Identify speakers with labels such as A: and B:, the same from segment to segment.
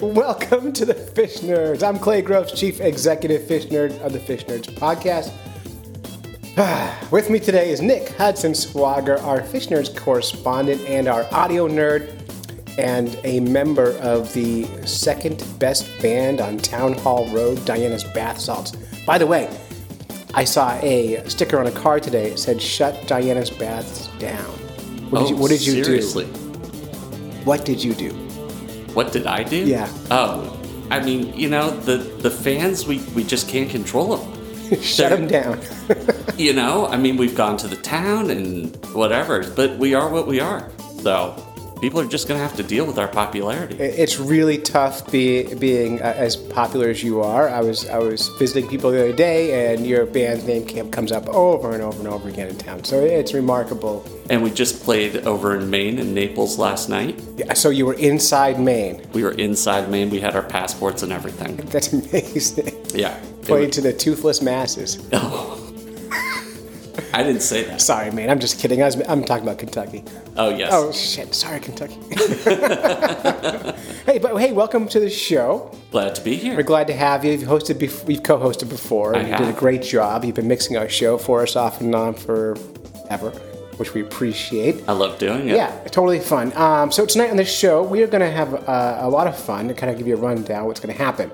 A: Welcome to the Fish Nerds. I'm Clay Groves, Chief Executive Fish Nerd of the Fish Nerds Podcast. With me today is Nick Hudson Swager, our Fish Nerds correspondent and our audio nerd, and a member of the second best band on Town Hall Road, Diana's Bath Salts. By the way, I saw a sticker on a car today that said, Shut Diana's Baths Down. What did you, what did you
B: Oh, seriously?
A: do? What did you do?
B: What did I do?
A: Yeah.
B: Oh, I mean, you know, the the fans, we we just can't control them.
A: Shut them down.
B: You know, I mean, we've gone to the town and whatever, but we are what we are. So people are just gonna have to deal with our popularity.
A: it's really tough be, being uh, as popular as you are. I was I was visiting people the other day, and your band's name came, comes up over and over and over again in town. So it's remarkable.
B: And we just played over in Maine and Naples last night.
A: Yeah, So you were inside Maine.
B: We were inside Maine. We had our passports and everything.
A: That's amazing.
B: Yeah. It
A: Played
B: was-
A: to the toothless masses.
B: Oh. I didn't say that.
A: Sorry, Maine. I'm just kidding. I was, I'm talking about Kentucky.
B: Oh yes.
A: Oh shit! Sorry, Kentucky. hey, but hey, welcome to the show.
B: Glad to be here.
A: We're glad to have you. You've hosted, bef- we've co-hosted before.
B: I
A: you did a
B: have.
A: great job. You've been mixing our show for us off and on for ever, which we appreciate.
B: I love doing it.
A: Yeah, totally fun. Um, so tonight on this show, we are going to have uh, a lot of fun to kind of give you a rundown of what's going to happen.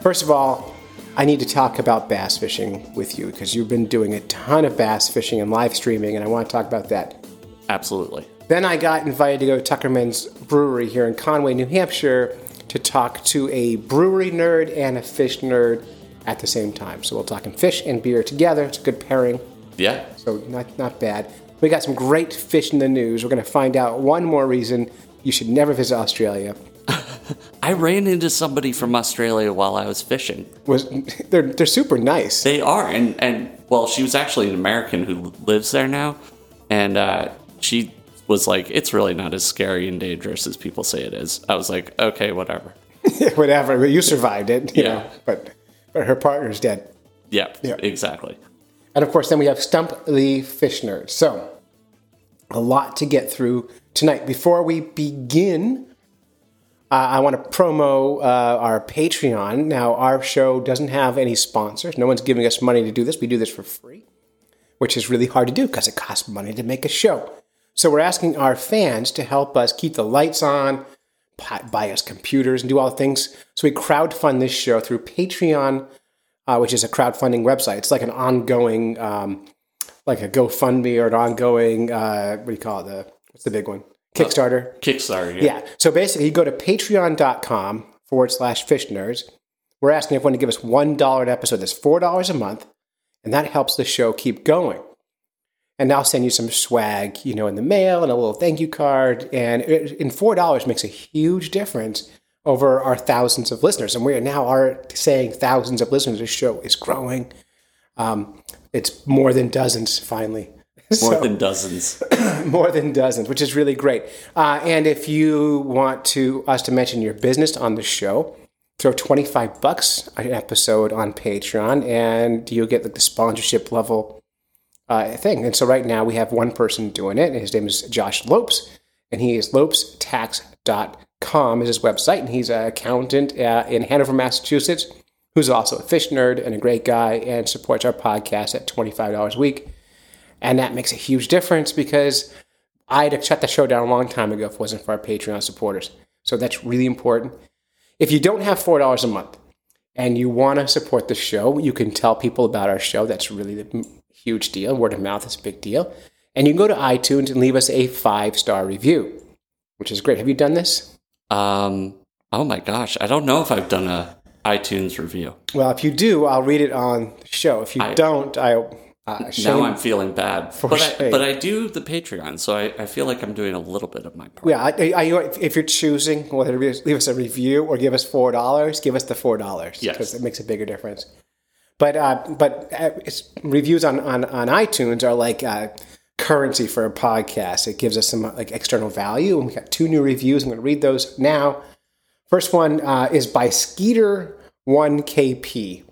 A: First of all, I need to talk about bass fishing with you because you've been doing a ton of bass fishing and live streaming, and I want to talk about that.
B: Absolutely.
A: Then I got invited to go to Tuckerman's Brewery here in Conway, New Hampshire, to talk to a brewery nerd and a fish nerd at the same time. So we'll talk in fish and beer together. It's a good pairing,
B: Yeah.
A: so not not bad. We got some great fish in the news. We're going to find out one more reason you should never visit Australia.
B: I ran into somebody from Australia while I was fishing.
A: Was they're they're super nice.
B: They are, and and well, she was actually an American who lives there now, and uh, she was like, "It's really not as scary and dangerous as people say it is." I was like, "Okay, whatever."
A: Whatever, you survived it, you
B: Yeah.
A: know. But but her partner's dead.
B: Yeah,
A: Yeah.
B: exactly.
A: And of course, then we have Stump the Fish Nerd. So, a lot to get through tonight. Before we begin, uh, I want to promo uh, our Patreon. Now, our show doesn't have any sponsors, no one's giving us money to do this. We do this for free, which is really hard to do because it costs money to make a show. So, we're asking our fans to help us keep the lights on, pi- buy us computers, and do all the things. So, we crowdfund this show through Patreon uh, which is a crowdfunding website. It's like an ongoing, um, like a GoFundMe or an ongoing, uh, what do you call it? The what's the big one? Kickstarter.
B: Kickstarter. Yeah.
A: Yeah. So basically, you go to patreon.com forward slash fish nerds. We're asking everyone to give us $1 an episode. That's $4 a month. And that helps the show keep going. And I'll send you some swag, you know, in the mail and a little thank you card. And it, and $4 makes a huge difference over our thousands of listeners. And we are now are saying thousands of listeners. This show is growing. Um, it's more than dozens finally.
B: More
A: So-
B: than dozens.
A: more than dozens, which is really great. Uh, and if you want to us to mention your business on the show, throw twenty five bucks an episode on Patreon, and you'll get like the sponsorship level uh, thing. And so right now we have one person doing it, and his name is Josh Lopes, and he is lopestax.com is his website, and he's an accountant uh, in Hanover, Massachusetts, who's also a fish nerd and a great guy, and supports our podcast at twenty five dollars a week. And that makes a huge difference because I'd have shut the show down a long time ago if it wasn't for our Patreon supporters. So that's really important. If you don't have $4 a month and you want to support the show, you can tell people about our show. That's really a huge deal. Word of mouth is a big deal. And you can go to iTunes and leave us a five star review, which is great. Have you done this?
B: Um. Oh my gosh, I don't know if I've done a iTunes review.
A: Well, if you do, I'll read it on the show. If you
B: I-
A: don't, I. Uh, shame-
B: Now I'm feeling bad, but
A: shame.
B: I, but I do the Patreon, so I, I feel like I'm doing a little bit of my part.
A: Yeah, I, I, I- if you're choosing whether to leave us a review or give us four dollars, give us the four dollars
B: Yes.
A: because it makes a bigger difference. But uh, but uh, it's, reviews on, on, on iTunes are like uh, currency for a podcast. It gives us some like external value, and we got two new reviews. I'm going to read those now. First one uh, is by Skeeter one KP.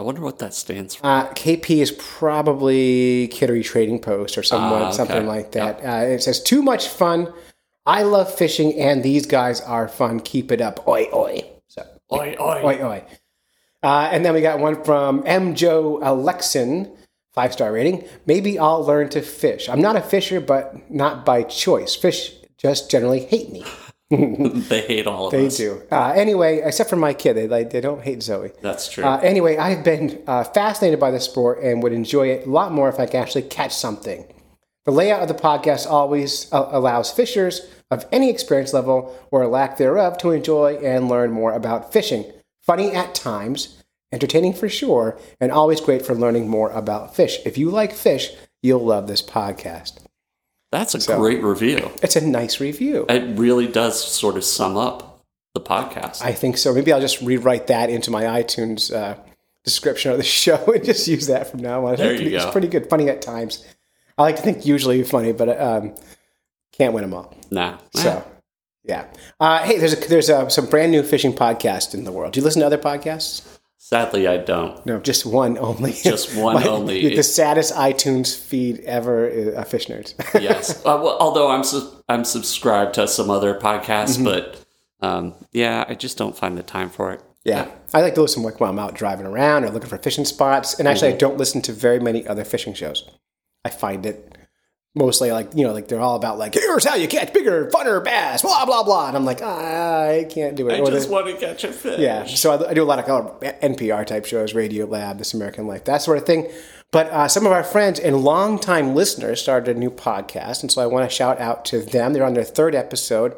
B: I wonder what that stands for.
A: Uh, KP is probably Kittery Trading Post or someone,
B: Ah, okay.
A: something like that. Uh, it says, too much fun. I love fishing and these guys are fun. Keep it up. Oi, oi. So,
B: Oi, oi.
A: oi, oi. Uh, and then we got one from M. Joe Alexin, five star rating. Maybe I'll learn to fish. I'm not a fisher, but not by choice. Fish just generally hate me.
B: they hate all of
A: Um, They
B: us.
A: do. Uh, anyway, except for my kid, they, like, they don't hate Zoe.
B: That's true.
A: Uh, anyway, I've been uh, fascinated by this sport and would enjoy it a lot more if I could actually catch something. The layout of the podcast always uh, allows fishers of any experience level or lack thereof to enjoy and learn more about fishing. Funny at times, entertaining for sure, and always great for learning more about fish. If you like fish, you'll love this podcast.
B: That's a great review.
A: It's a nice review.
B: It really does sort of sum up the podcast.
A: I think so. Maybe I'll just rewrite that into my iTunes uh, description of the show and just use that from now on.
B: There
A: it's
B: you
A: pretty,
B: go.
A: It's pretty good. Funny at times. I like to think usually funny, but um, can't win them all.
B: nah.
A: So, yeah. Uh, hey, there's a, there's uh some brand new fishing podcast in the world. Do you listen to other podcasts?
B: Sadly, I don't.
A: No, just one only.
B: Just one only.
A: The saddest iTunes feed ever. Is, uh, Fish nerds.
B: Yes. uh, well, although I'm su- I'm subscribed to some other podcasts,
A: Mm-hmm.
B: but um, yeah, I just don't find the time for it.
A: Yeah. I like to listen like while I'm out driving around or looking for fishing spots. And
B: Mm-hmm.
A: actually, I don't listen to very many other fishing shows. I find it mostly like, you know, like they're all about like, here's how you catch bigger, funner bass, blah, blah, blah. And I'm like, I can't do it.
B: I
A: Or
B: just
A: the-
B: want to catch a fish.
A: yeah. So I, I do a lot of uh, NPR type shows, Radio Lab, This American Life, that sort of thing. But uh, some of our friends and longtime listeners started a new podcast. And so I want to shout out to them. They're on their third episode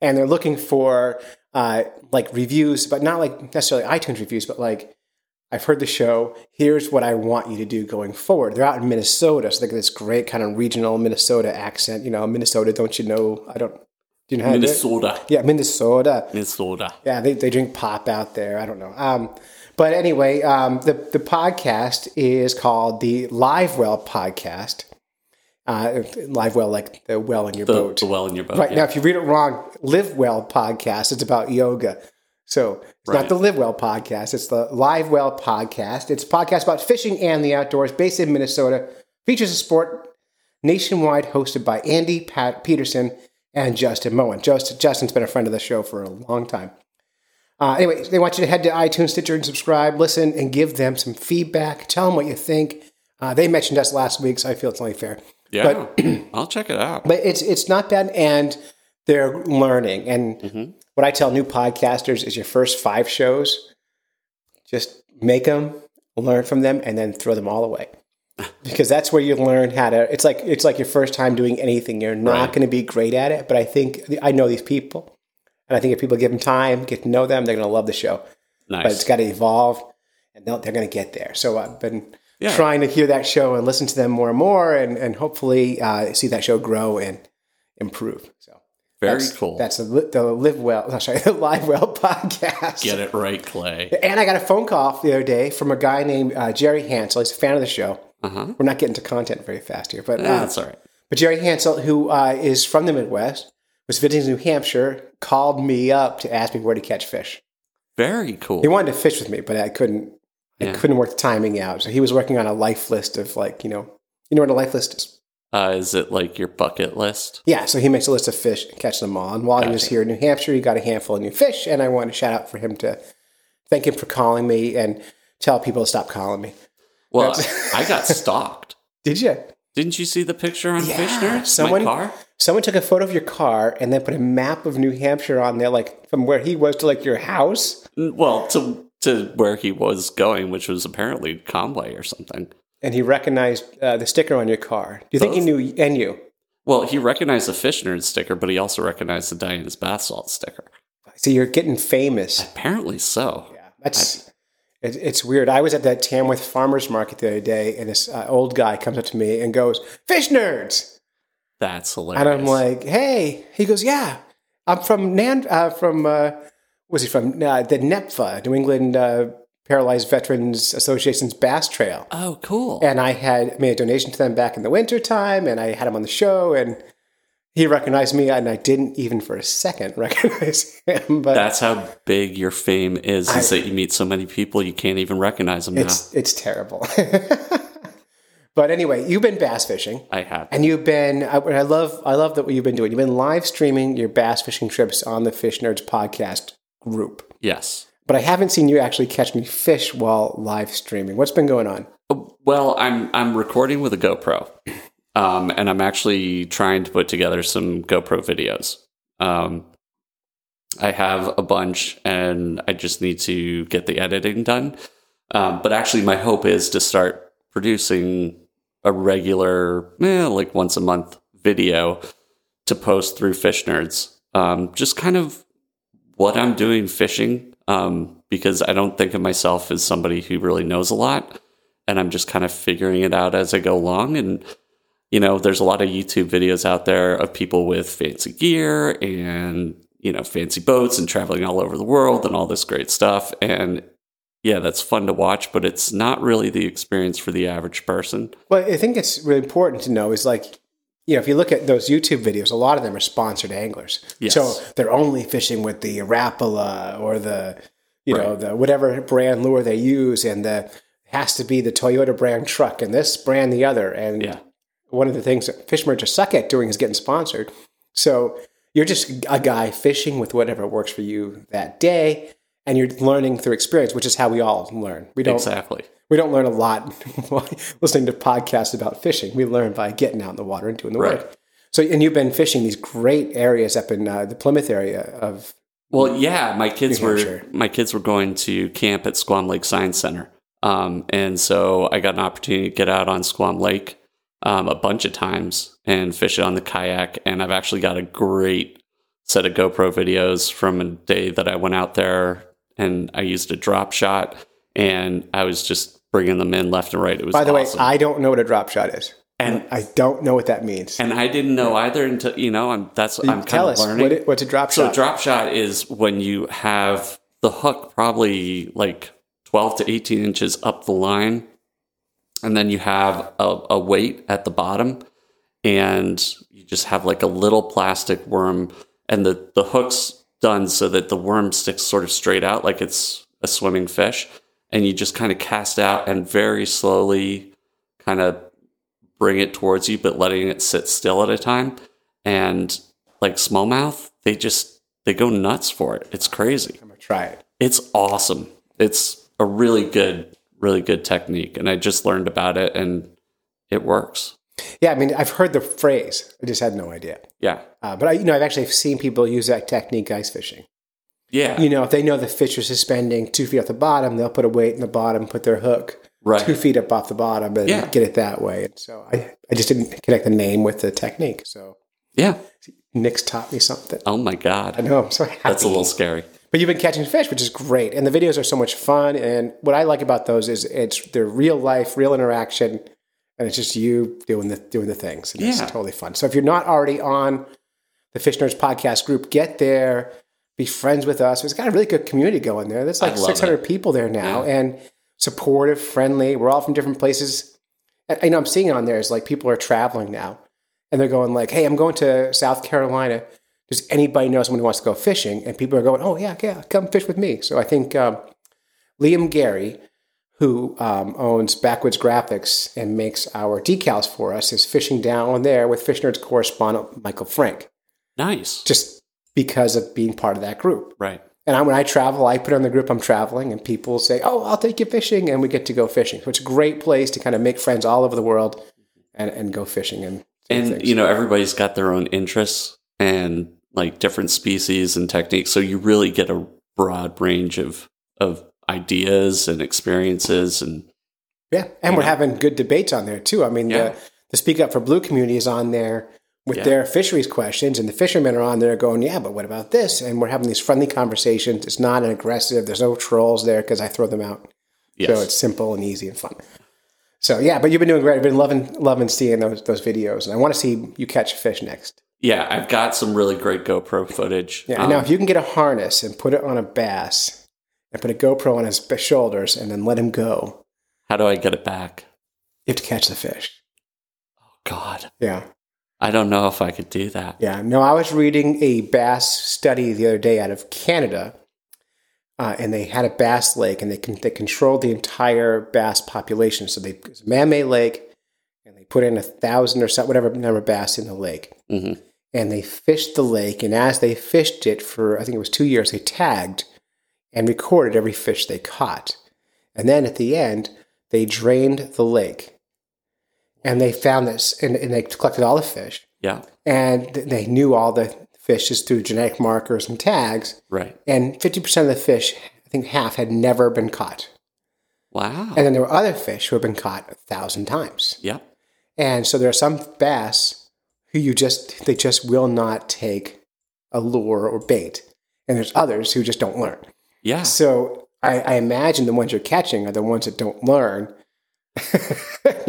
A: and they're looking for uh, like reviews, but not like necessarily iTunes reviews, but like, I've heard the show. Here's what I want you to do going forward. They're out in Minnesota, so they got this great kind of regional Minnesota accent. You know, Minnesota, don't you know? I don't. Do you know how to do it?
B: Minnesota.
A: Yeah, Minnesota.
B: Minnesota.
A: Yeah, they, they drink pop out there. I don't know. Um, but anyway, um, the, the podcast is called the Live Well Podcast. Uh, live well, like the well in your
B: The,
A: boat.
B: the well in your boat.
A: right
B: yeah.
A: now, if you read it wrong, Live Well Podcast, it's about yoga. So it's not
B: Right.
A: the Live Well Podcast, it's the Live Well Podcast. It's a podcast about fishing and the outdoors based in Minnesota, features a sport nationwide hosted by Andy Pat Peterson and Justin Moen. Just, Justin's been a friend of the show for a long time. Uh, anyway, they want you to head to iTunes, Stitcher, and subscribe, listen, and give them some feedback. Tell them what you think. Uh, they mentioned us last week, so I feel it's only fair.
B: yeah. I'll check it out.
A: But it's it's not bad, and they're learning. And what I tell new podcasters is your first five shows, just make them, learn from them, and then throw them all away. Because that's where you learn how to. It's like it's like your first time doing anything. You're not
B: Right.
A: going to be great at it, but I think I know these people, and I think if people give them time, get to know them, they're going to love the show but it's
B: Nice.
A: got to evolve and they'll- they're going to get there. So I've been
B: Yeah.
A: trying to hear that show and listen to them more and more and, and hopefully uh, see that show grow and improve. So
B: Very
A: that's,
B: cool.
A: That's the, li- the Live Well, no, sorry, the Live Well podcast.
B: Get it right, Clay.
A: And I got a phone call the other day from a guy named uh, Jerry Hansel. He's a fan of the show.
B: Uh-huh.
A: We're not getting to content very fast here, but uh,
B: That's all right.
A: but Jerry Hansel, who uh, is from the Midwest, was visiting New Hampshire, called me up to ask me where to catch fish.
B: Very cool.
A: He wanted to fish with me, but I couldn't. I
B: Yeah.
A: couldn't work the timing out. So he was working on a life list of like you know, you know what a life list is.
B: Uh, is it like your bucket list?
A: Yeah. So he makes a list of fish and catches them all. And while he was
B: Gotcha.
A: here in New Hampshire, he got a handful of new fish, and I want to shout out for him to thank him for calling me and tell people to stop calling me.
B: Well,
A: That's-
B: I, I got stalked.
A: Did you?
B: Didn't you see the picture on
A: Yeah,
B: Fish Nerds?
A: someone-
B: My car?
A: Someone took a photo of your car and then put a map of New Hampshire on there, like from where he was to like your house.
B: N- Mm, Well, to to where he was going, which was apparently Conway or something.
A: And he recognized uh, the sticker on your car. Do you think he
B: Both?
A: knew and you?
B: Well, he recognized the Fish Nerd sticker, but he also recognized the Diana's Bath Salt sticker.
A: So you're getting famous.
B: Apparently so.
A: Yeah, that's it, it's weird. I was at that Tamworth farmers market the other day, and this uh, old guy comes up to me and goes, "Fish nerds,"
B: That's hilarious.
A: and I'm like, "Hey," he goes, "Yeah, I'm from Nan, uh, from uh, was he from uh, the NEPFA, New England uh, Paralyzed Veterans Association's Bass Trail."
B: oh, cool.
A: And I had made a donation to them back in the winter time, and I had him on the show, and He recognized me, and I didn't even for a second recognize him. But
B: That's how big your fame is, is
A: I-
B: that you meet so many people you can't even recognize them now.
A: it's it's terrible. but anyway, you've been bass fishing,
B: I have.
A: and you've been. I, I love I love that what you've been doing. You've been live streaming your bass fishing trips on the Fish Nerds podcast group.
B: Yes.
A: But I haven't seen you actually catch me fish while live streaming. What's been going on?
B: Well, I'm I'm recording with a GoPro, um, and I'm actually trying to put together some GoPro videos. Um, I have a bunch, and I just need to get the editing done. Um, but actually, my hope is to start producing a regular, eh, like once a month video to post through Fish Nerds. Um, just kind of what I'm doing fishing, um, because I don't think of myself as somebody who really knows a lot and I'm just kind of figuring it out as I go along. And you know, there's a lot of YouTube videos out there of people with fancy gear and you know fancy boats and traveling all over the world and all this great stuff. And yeah, that's fun to watch, but it's not really the experience for the average person.
A: Well, I think it's really important to know is like, you know, if you look at those YouTube videos, a lot of them are sponsored anglers.
B: Yes.
A: So they're only fishing with the Rapala or the, you know, the whatever brand lure they use, and the has to be the Toyota brand truck and this brand the other. And
B: Yeah.
A: one of the things that fish merchants suck at doing is getting sponsored. So you're just a guy fishing with whatever works for you that day, and you're learning through experience, which is how we all learn. We don't
B: Exactly.
A: we don't learn a lot by listening to podcasts about fishing. We learn by getting out in the water and doing the
B: Right.
A: work. So, and you've been fishing these great areas up in uh, the Plymouth area of.
B: Well, yeah, my kids
A: New
B: were
A: Hampshire.
B: my kids were going to camp at Squam Lake Science Center, um, and so I got an opportunity to get out on Squam Lake um, a bunch of times and fish it on the kayak. And I've actually got a great set of GoPro videos from a day that I went out there and I used a drop shot, and I was just bringing them in left and right. It was
A: By the
B: awesome.
A: way, I don't know what a drop shot is,
B: and
A: I don't know what that means.
B: and I didn't know either until you know I'm that's I'm kind
A: Tell
B: of
A: us
B: learning.
A: what it, what's a drop
B: So
A: shot.
B: drop shot is when you have the hook probably like 12 to 18 inches up the line, and then you have a, a weight at the bottom, and you just have like a little plastic worm, and the, the hook's done so that the worm sticks sort of straight out like it's a swimming fish, and you just kind of cast out and very slowly kind of bring it towards you, but letting it sit still at a time. And like smallmouth, they just they go nuts for it. It's crazy.
A: I'm gonna try it.
B: It's awesome. It's a really good, really good technique. And I just learned about it and it works.
A: Yeah, I mean, I've heard the phrase. I just had no idea.
B: Yeah.
A: Uh, but I, you know, I've actually seen people use that technique ice fishing.
B: Yeah.
A: You know, if they know the fish are suspending two feet off the bottom, they'll put a weight in the bottom, put their hook two
B: right.
A: feet up off the bottom and
B: Yeah.
A: get it that way. And so I, I just didn't connect the name with the technique. So
B: Yeah.
A: Nick's taught me something.
B: Oh my
A: I
B: God.
A: know, I'm so happy.
B: That's a little scary.
A: but you've been catching fish, which is great. And the videos are so much fun. And what I like about those is it's they're real life, real interaction, and it's just you doing the doing the things. And it's
B: Yeah.
A: totally fun. So if you're not already on the Fish Nerds podcast group, get there, be friends with us. It's got a really good community going there. There's like
B: love
A: 600 people there now, and supportive, friendly. We're all from different places. And you know, I'm seeing on there is like people are traveling now, and they're going like, "Hey, I'm going to South Carolina. Does anybody know someone who wants to go fishing?" And people are going, "Oh yeah, yeah, come fish with me." So I think um, Liam Gary, who um, owns Backwoods Graphics and makes our decals for us, is fishing down there with Fish Nerds correspondent Michael Frank,
B: Nice.
A: just because of being part of that group.
B: Right.
A: And I, when I travel, I put on the group I'm traveling, and people say, "Oh, I'll take you fishing," and we get to go fishing. So it's a great place to kind of make friends all over the world, and, and go fishing and do
B: and
A: things.
B: you know everybody's got their own interests and like different species and techniques so you really get a broad range of of ideas and expences and
A: yeah. And we're having good debates on there too. I mean,
B: Yeah.
A: the, the Speak Up for Blue community is on there with
B: Yeah.
A: their fisheries questions, and the fishermen are on there going, "Yeah, but what about this?" And we're having these friendly conversations. It's not an aggressive. There's no trolls there because I throw them out.
B: yes
A: So it's simple and easy and fun. So yeah, but you've been doing great. I've been loving loving seeing those those videos, and I want to see you catch a fish next.
B: yeah i've got some really great gopro footage
A: Yeah.
B: Um,
A: now, if you can get a harness and put it on a bass and put a GoPro on his b- shoulders and then let him go,
B: how do i get it back Oh,
A: you have to catch the fish.
B: god
A: Yeah.
B: I don't know if I could do that.
A: Yeah, no, I was reading a bass study the other day out of Canada, uh, and they had a bass lake, and they con- they controlled the entire bass population. So they it's a man-made lake, and they put in a thousand or so, whatever number of bass in the lake,
B: Mhm.
A: and they fished the lake. And as they fished it for, I think it was two years, they tagged and recorded every fish they caught, and then at the end they drained the lake, and they found this, and, and they collected all the fish
B: Yeah,
A: and th- they knew all the fishes through genetic markers and tags.
B: right.
A: And 50% of the fish, I think half, had never been caught.
B: Wow.
A: And then there were other fish who had been caught a thousand times.
B: yep.
A: And so there are some bass who you just, they just will not take a lure or bait. And there's others who just don't learn.
B: Yeah.
A: So I, I imagine the ones you're catching are the ones that don't learn.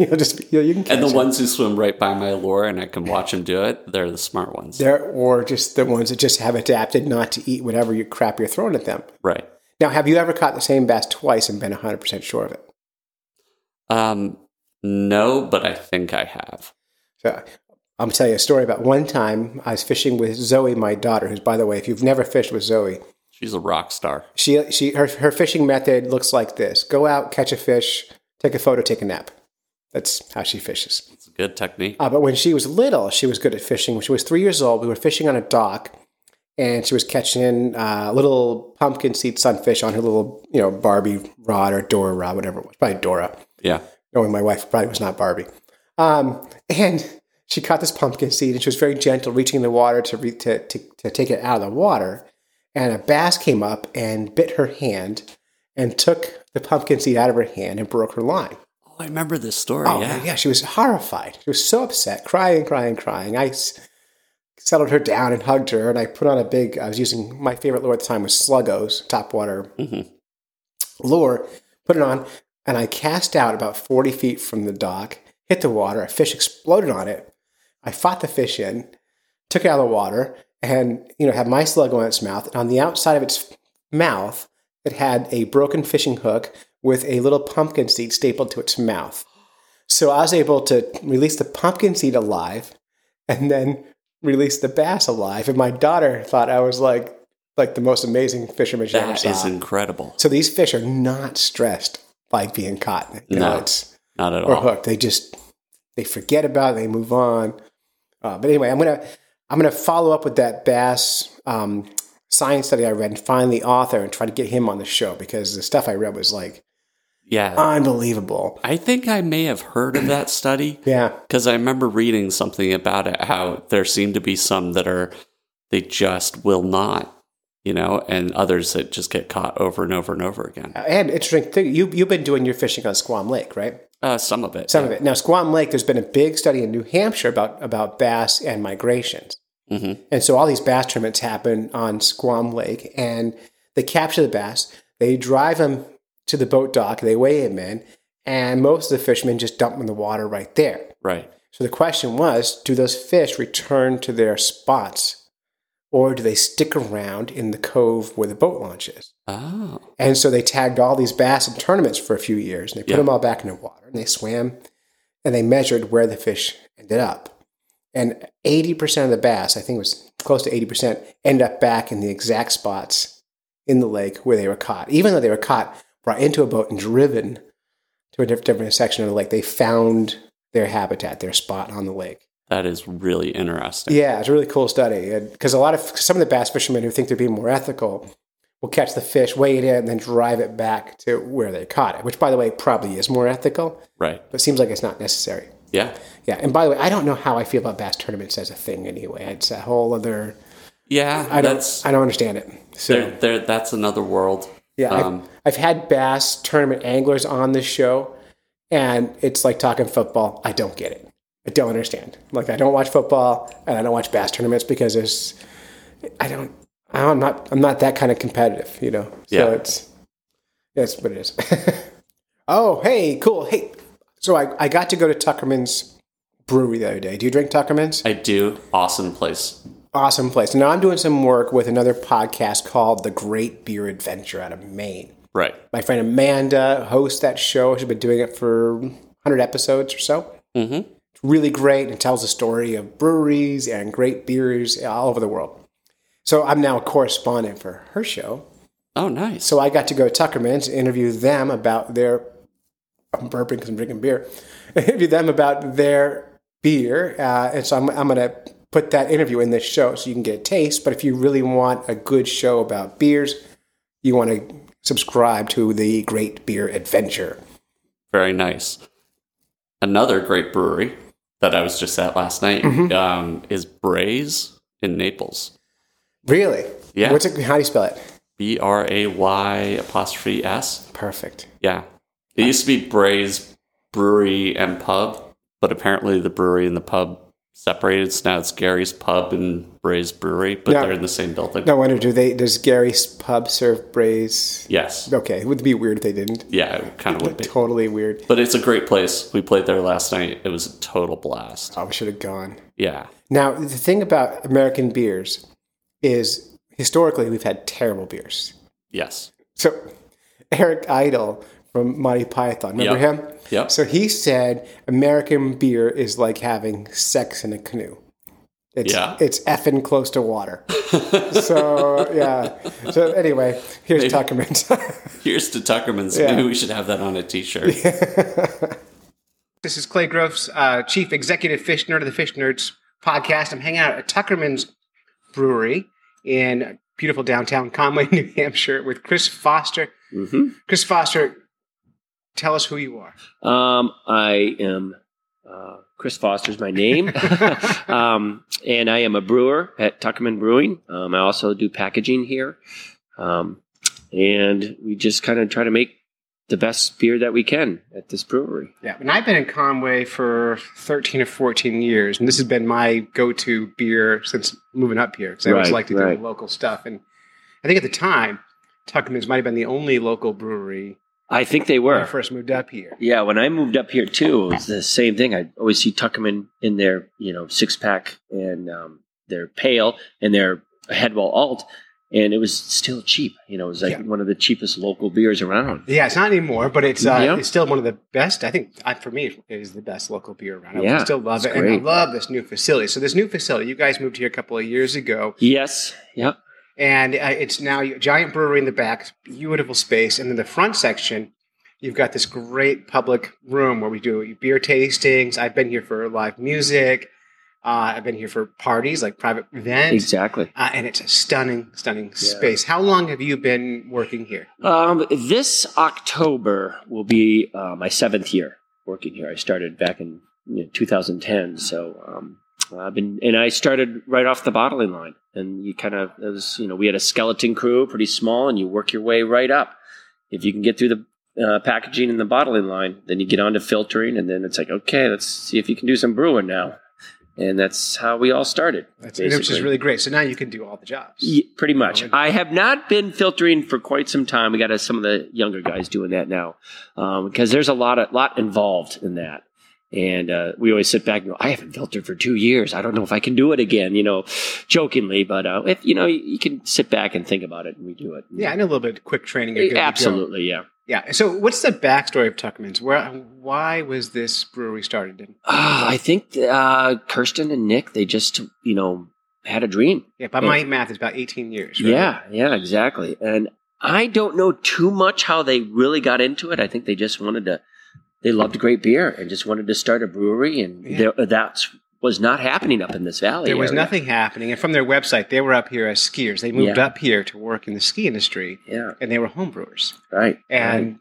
A: You'll just, you, you can catch
B: And the
A: them.
B: ones who swim right by my lure and I can watch them do it, they're the smart ones.
A: there or just the ones that just have adapted not to eat whatever you crap you're throwing at them.
B: Right.
A: Now, have you ever caught the same bass twice and been 100% sure of it?
B: Um, no, but I think I have.
A: So I'm tell you a story about one time I was fishing with Zoe, my daughter, who's, by the way, if you've never fished with Zoe,
B: She's a rock star.
A: she, she, her, her fishing method looks like this go out, catch a fish, take a photo, take a nap. That's how she fishes.
B: It's a good technique.
A: Uh, but when she was little, she was good at fishing. When she was three years old, we were fishing on a dock, and she was catching uh, little pumpkin seed sunfish on her little, you know, Barbie rod or Dora rod, whatever it was, probably Dora.
B: Yeah.
A: Knowing Oh, my wife, probably was not Barbie. Um, and she caught this pumpkin seed, and she was very gentle, reaching in the water to, re- to, to to take it out of the water. And a bass came up and bit her hand, and took the pumpkin seed out of her hand and broke her line.
B: Oh, I remember this story.
A: Oh,
B: yeah.
A: yeah. She was horrified. She was so upset, crying, crying, crying. I s- settled her down and hugged her, and I put on a big, I was using my favorite lure at the time was Sluggo's topwater
B: Mhm.
A: lure, put it on, and I cast out about 40 feet from the dock, hit the water. A fish exploded on it. I fought the fish in, took it out of the water, and, you know, had my Sluggo in its mouth. And on the outside of its mouth, it had a broken fishing hook with a little pumpkin seed stapled to its mouth. So I was able to release the pumpkin seed alive and then release the bass alive. And my daughter thought I was like like the most amazing fisherman she ever
B: That
A: saw.
B: is incredible.
A: so these fish are not stressed by being caught you know,
B: No.
A: it's-
B: Not at
A: or
B: all.
A: hooked. They just they forget about it, they move on. Uh, but anyway, I'm gonna I'm gonna follow up with that bass um, science study I read and find the author and try to get him on the show because the stuff I read was like Uh,
B: Yeah.
A: unbelievable.
B: I think I may have heard of that study
A: Yeah.
B: because I remember reading something about it how there seem to be some that are, they just will not, you know, and others that just get caught over and over and over again.
A: And interesting thing, you you've been doing your fishing on Squam Lake, right?
B: Uh, some of it.
A: Some of it. Now Squam Lake, there's been a big study in New Hampshire about about bass and migrations,
B: Mhm.
A: and so all these bass tournaments happen on Squam Lake, and they capture the bass, they drive them to the boat dock, they weigh them in, and most of the fishermen just dump them in the water right there.
B: Right.
A: So the question was, do those fish return to their spots, or do they stick around in the cove where the boat launch is?
B: Oh,
A: And so they tagged all these bass in tournaments for a few years and they put
B: Yeah.
A: them all back in the water and they swam and they measured where the fish ended up. And 80% of the bass, I think it was close to 80%, end up back in the exact spots in the lake where they were caught. Even though they were caught, brought into a boat and driven to a diff- different section of the lake, they found their habitat, their spot on the lake.
B: that is really interesting.
A: Yeah, it's a really cool study because a lot of some of the bass fishermen who think they're being more ethical will catch the fish, weigh it in, and then drive it back to where they caught it. Which, by the way, probably is more ethical,
B: Right.
A: but seems like it's not necessary.
B: Yeah.
A: Yeah, and by the way, I don't know how I feel about bass tournaments as a thing. Anyway, it's a whole other.
B: Yeah.
A: I don't.
B: that's
A: I don't understand it. So
B: there, there, that's another world.
A: yeah, I've-
B: um,
A: I've, had bass tournament anglers on this show, and it's like talking football. I don't get it. I don't understand. Like I don't watch football, and I don't watch bass tournaments because there's, I don't. I don't- I'm not. I'm not that kind of competitive, you know. So
B: Yeah.
A: it's that's what it is. oh, hey, cool. Hey, so I, I got to go to Tuckerman's Brewery the other day. Do you drink Tuckerman's?
B: I do. Awesome place.
A: Awesome place. Now I'm doing some work with another podcast called The Great Beer Adventure out of Maine
B: Right.
A: my friend Amanda hosts that show. She's been doing it for 100 episodes or so.
B: Mhm.
A: It's really great and tells the story of breweries and great beers all over the world. So I'm now a correspondent for her show.
B: Oh, nice.
A: So I got to go to Tuckerman's and interview them about their. I'm burping because I'm drinking beer. interview them about their beer, uh, and so I'm, I'm going to put that interview in this show so you can get a taste. But if you really want a good show about beers, you want to subscribe to the Great Beer Adventure.
B: Very nice. Another great brewery that I was just at last night
A: Mm-hmm.
B: um, is Braze in Naples.
A: Really?
B: Yeah.
A: What's it? How do you spell it?
B: B R A Y apostrophe S.
A: Perfect.
B: Yeah. It used to be Braze Brewery and Pub, but apparently the brewery and the pub separated. So now it's Gary's Pub and Braze Brewery, but
A: Yeah.
B: they're in the same building.
A: No wonder. Do they? Does Gary's Pub serve Braze?
B: Yes.
A: Okay, it would be weird if they didn't.
B: Yeah, it kind of would be.
A: Totally weird.
B: But it's a great place. We played there last night. It was a total blast.
A: Oh, we should have gone.
B: Yeah.
A: Now, the thing about American beers is historically we've had terrible beers.
B: Yes.
A: So, Eric Idle from Monty Python, remember
B: Yep.
A: him?
B: Yep.
A: So he said American beer is like having sex in a canoe. It's,
B: Yeah.
A: it's effing close to water. so yeah. So anyway, here's Tuckerman's.
B: Here's to Tuckerman's.
A: Yeah.
B: Maybe we should have that on a t shirt.
A: This is Clay Groves, uh, Chief Executive Fish Nerd of the Fish Nerds podcast. I'm hanging out at Tuckerman's Brewery in beautiful downtown Conway, New Hampshire, with Chris Foster. Chris Foster, tell us who you are.
C: Um, I am uh, Chris Foster's my name, um, and I am a brewer at Tuckerman Brewing. Um, I also do packaging here, um, and we just kind of try to make the best beer that we can at this brewery.
A: Yeah, and I've been in Conway for 13 or 14 years, and this has been my go-to beer since moving up here because I always
C: Right,
A: like to do
C: right.
A: local stuff. And I think at the time, Tuckerman's might have been the only local brewery
C: I think they
A: when I
C: were.
A: first moved up here.
C: Yeah, when I moved up here too, it was the same thing. I always see Tuckerman in their, you know, six pack and um, their pale and their headwell alt, and it was still cheap. You know, it was like
A: Yeah.
C: one of the cheapest local beers around.
A: Yeah, it's not anymore, but it's uh,
C: Yeah.
A: it's still one of the best. I think I, for me, it is the best local beer around. I
C: Yeah,
A: still love
C: it's
A: it,
C: great.
A: and I love this new facility. So this new facility, you guys moved here a couple of years ago,
C: Yes. Yeah.
A: and uh, it's now a giant brewery in the back, it's a beautiful space, and then the front section, you've got this great public room where we do beer tastings. I've been here for live music. Uh, I've been here for parties, like private events,
C: Exactly.
A: uh, and it's a stunning, stunning
C: Yeah.
A: space. How long have you been working here?
C: Um, this October will be uh, my seventh year working here. I started back in you know, 2010, so um, I've been and I started right off the bottling line. And you kind of it was you know we had a skeleton crew, pretty small, and you work your way right up. If you can get through the uh, packaging and the bottling line, then you get on to filtering, and then it's like okay, let's see if you can do some brewing now. And that's how we all started.
A: That's, which is
C: basically.
A: really great. So now you can do all the jobs.
C: Yeah, pretty much.
A: Okay.
C: I have not been filtering for quite some time. We got uh, some of the younger guys doing that now because there's a lot of, lot involved in that. And uh, we always sit back and go, I haven't filtered for two years. I don't know if I can do it again, you know, jokingly. But uh, if you know, you, you can sit back and think about it and we do it.
A: Yeah, and a little bit of quick training. You're good to go.
C: Eh, absolutely. Yeah.
A: Yeah. So, what's the backstory of Tuckerman's? Where, why was this brewery started? And-
C: Ah, I think uh, Kirsten and Nick, they just, you know, had a dream.
A: Yeah, by my math, it's about 18 years. right?
C: Mm. Yeah, yeah, exactly. And I don't know too much how they really got into it. I think they just wanted to, they loved great beer and just wanted to start a brewery, and
A: Yeah.
C: there, that was not happening up in this valley.
A: There was
C: area.
A: nothing happening, and from their website, they were up here as skiers. They moved
C: Yeah.
A: up here to work in the ski industry,
C: Yeah,
A: and they were homebrewers,
C: right. right.
A: and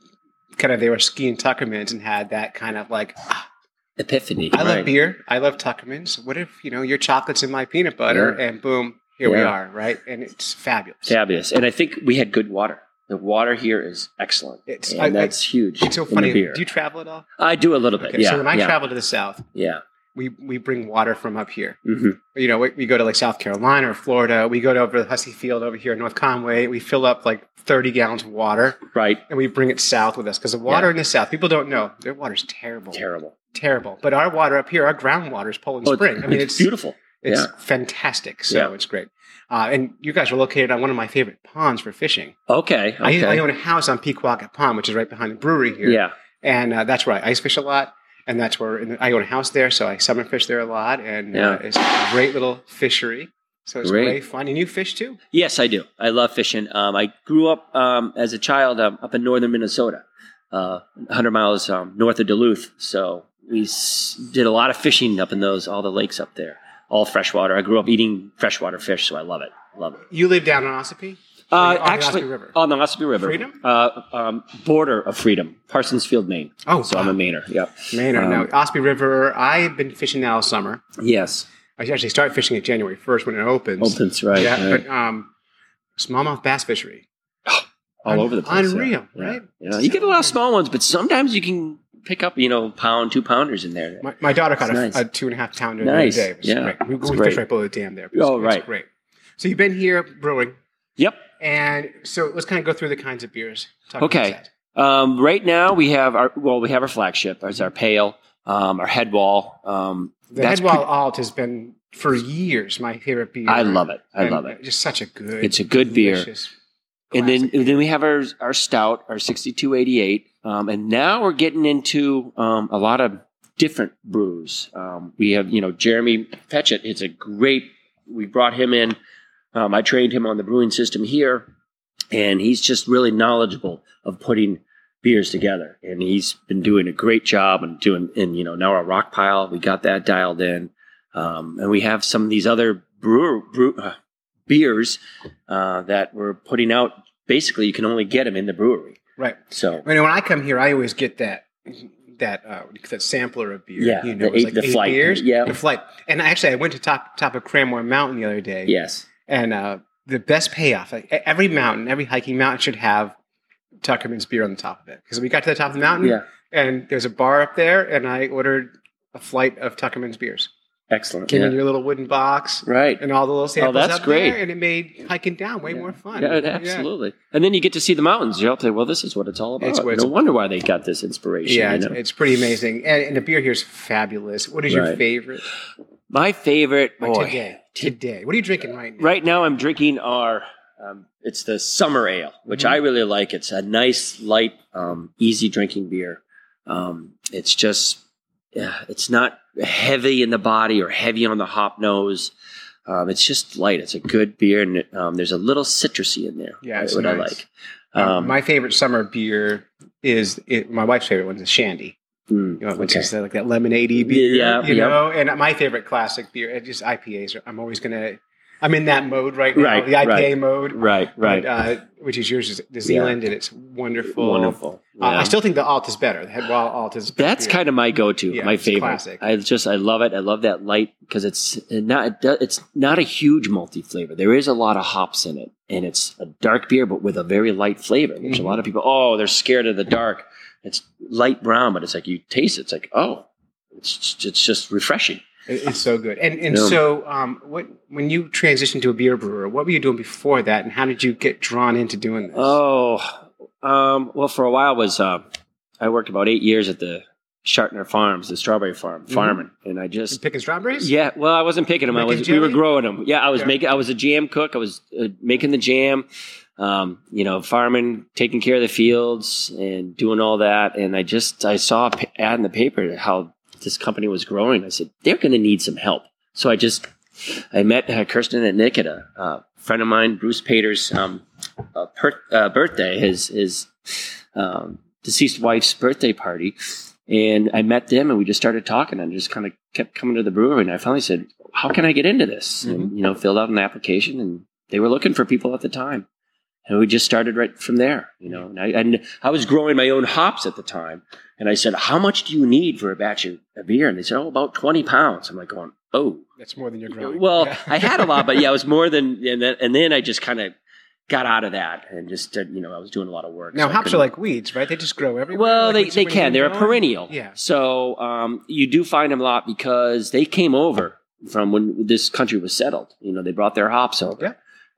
A: kind of they were skiing Tuckermans and had that kind of like, "Ah,
C: epiphany.
A: I love
C: right.
A: beer, I love Tuckermans. What if you know your chocolate's in my peanut butter, and boom, here we
C: Yeah.
A: are, right? And it's fabulous.
C: Fabulous, and I think we had good water. The water here is excellent,
A: It's-
C: and
A: I- I-
C: that's huge.
A: It's so
C: in the
A: funny.
C: beer.
A: Do you travel at all?
C: I do a little bit.
A: Okay,
C: yeah,
A: so when I
C: yeah,
A: travel to the south,
C: yeah.
A: we we bring water from up here.
C: hmm
A: you know, we, we go to like South Carolina or Florida. We go to over the Hussey Field over here in North Conway. We fill up like 30 gallons of water
C: Right,
A: and we bring it south with us because the water in the south, people don't know their water's terrible,
C: terrible. Oh,
A: terrible. But our water up here, our groundwater is Poland Spring. I mean, it's it's,
C: beautiful. yeah.
A: fantastic. So
C: Yeah.
A: it's great. Uh, and you guys are located on one of my favorite ponds for fishing.
C: Okay, okay.
A: I, I own a house on Pequocket Pond, which is right behind the brewery here,
C: yeah,
A: and uh, that's where I ice fish a lot. and that's where and I own a house there, so I summer fish there a lot, and
C: Yeah.
A: uh, it's a great little fishery. So it's
C: Great.
A: way fun, and you fish too.
C: Yes, I do. I love fishing. Um, I grew up um, as a child um, up in northern Minnesota, uh, 100 miles um, north of Duluth. So we s- did a lot of fishing up in those all the lakes up there, all freshwater. I grew up eating freshwater fish, so I love it. Love it.
A: You live down in Ossipee,
C: Uh,
A: on the
C: actually,
A: Ossipee River.
C: on the Ossipee River,
A: Freedom?
C: uh, um, border of Freedom, Parsons Field, Maine.
A: Oh,
C: so I'm a Um, Mainer. Yep.
A: Maynard. now Ossipee River, I've been fishing now all summer.
C: Yes,
A: I actually started fishing it January first when it opens.
C: opens right,
A: yeah,
C: right.
A: but um, smallmouth bass fishery.
C: all
A: un-
C: over the place. yeah.
A: unreal,
C: Yeah.
A: right?
C: Yeah. You get a lot of small ones, but sometimes you can pick up, you know, pound, two pounders in there.
A: My, my daughter caught a,
C: It's nice.
A: a two and a half pounder
C: Nice.
A: the other day. It was
C: Yeah.
A: great. We,
C: It's
A: we
C: great.
A: fished right below the dam there. It
C: Oh,
A: it was
C: right.
A: Great. So you've been here brewing,
C: Yep.
A: and so let's kind of go through the kinds of beers. Talk about
C: Okay.
A: that.
C: Um, right now we have our well, we have our flagship, as our pale, um, our head wall. Um,
A: The
C: that's
A: Headwall
C: pre-
A: Alt has been for years my favorite beer.
C: I love it. I
A: And
C: love it.
A: Just such a good.
C: It's a good beer.
A: delicious
C: And then
A: classic.
C: and then we have our our stout, our sixty two eighty eight. Um, and now we're getting into um, a lot of different brews. Um, we have you know Jeremy Fetchett. It's a great. We brought him in. Um, I trained him on the brewing system here, and he's just really knowledgeable of putting beers together. And he's been doing a great job and doing and you know now our rock pile. We got that dialed in, um, and we have some of these other brewer brew. Uh, beers uh, that we're putting out. Basically, you can only get them in the brewery.
A: right.
C: So
A: I mean, when I come here, I always get that that uh, that sampler of beer.
C: Yeah,
A: you
C: the
A: know, it was
C: eight-
A: like
C: the
A: eight
C: flight.
A: beers.
C: Yeah.
A: the flight. And actually, I went to top top of Cranmore Mountain the other day.
C: yes,
A: and uh, the best payoff. Like, e- every mountain, every hiking mountain should have Tuckerman's beer on the top of it. Because we got to the top of the mountain,
C: yeah,
A: and there's a bar up there, and I ordered a flight of Tuckerman's beers.
C: excellent.
A: Came
C: yeah.
A: in your little wooden box,
C: Right.
A: and all the little samples
C: that's
A: up there,
C: great.
A: and it made hiking down way more fun.
C: Yeah, absolutely. And then you get to see the mountains. You're up there. Well, this is what it's all about.
A: It's what
C: no
A: it's-
C: wonder why they got this inspiration.
A: Yeah,
C: you
A: it's,
C: know?
A: it's pretty amazing, and, and the beer here is fabulous. What is your
C: Right.
A: favorite
C: my favorite
A: Like,
C: boy.
A: today? Today, what are you drinking right now?
C: Right now, I'm drinking our. Um, it's the summer ale, which
A: Mm-hmm.
C: I really like. It's a nice, light, um, easy drinking beer. Um, it's just, yeah, it's not heavy in the body or heavy on the hop nose. Um, it's just light. It's a good beer, and um, there's a little citrusy in there.
A: Yeah,
C: That's
A: it's
C: what I
A: nice.
C: like. Um,
A: my favorite summer beer is it, my wife's favorite one is shandy.
C: mm,
A: you know, which
C: okay.
A: is uh, like that lemonade beer,
C: Yeah,
A: you
C: yeah.
A: know. And my favorite classic beer, it just IPAs. Are, I'm always gonna, I'm in that mode right now,
C: Right,
A: the IPA
C: right.
A: mode,
C: right,
A: And,
C: right,
A: uh, which is yours, is the Zealand, and it's wonderful.
C: wonderful.
A: Uh,
C: Yeah.
A: I still think the alt is better. The Headwall alt is. better
C: That's
A: beer.
C: kind of my go-to,
A: Yeah,
C: my
A: it's
C: favorite.
A: classic.
C: I just I love it. I love that light because it's not it do- it's not a huge multi flavor. There is a lot of hops in it, and it's a dark beer, but with a very light flavor. Which a lot of people oh they're scared of the dark. It's light brown, but it's like you taste it. It's like oh, it's it's just refreshing.
A: It- It's so good. And and
C: Yeah.
A: so, um, what when you transitioned to a beer brewer, what were you doing before that, and how did you get drawn into doing this?
C: Oh, um, well, for a while was uh, I worked about eight years at the Shartner Farms, the strawberry farm, farming, and I just
A: Picking strawberries.
C: Mm-hmm. Yeah, well, I wasn't picking them. I
A: Making
C: was we were
A: jelly?
C: growing them. Yeah, I was
A: Yeah.
C: making. I was a jam cook. I was uh, making the jam. Um, you know, farming, taking care of the fields, and doing all that. And I just I saw a p- ad in the paper how this company was growing. I said they're going to need some help. So I just I met uh, Kirsten at Nikita, a uh, friend of mine, Bruce Pater's um, uh, per- uh, birthday, his his um, deceased wife's birthday party, and I met them, and we just started talking, and just kind of kept coming to the brewery, and I finally said, "How can I get into this?"
A: Mm-hmm.
C: And you know, filled out an application, and they were looking for people at the time, and we just started right from there. You know, and I and I was growing my own hops at the time, and I said, "How much do you need for a batch of, of beer?" And they said, "Oh, about twenty pounds." I'm like going, "Oh."
A: that's more than you're growing.
C: Well,
A: Yeah.
C: I had a lot, but yeah, it was more than, and then, and then I just kind of got out of that and just did, you know, I was doing a lot of work.
A: now
C: so I
A: hops are
C: couldn't-
A: like weeds, right? They just grow everywhere.
C: well,
A: like,
C: they,
A: once
C: they
A: you- when you
C: can. They're a
A: grow 'em?
C: perennial.
A: Yeah.
C: So um, you do find them a lot because they came over from when this country was settled. You know, they brought their hops over.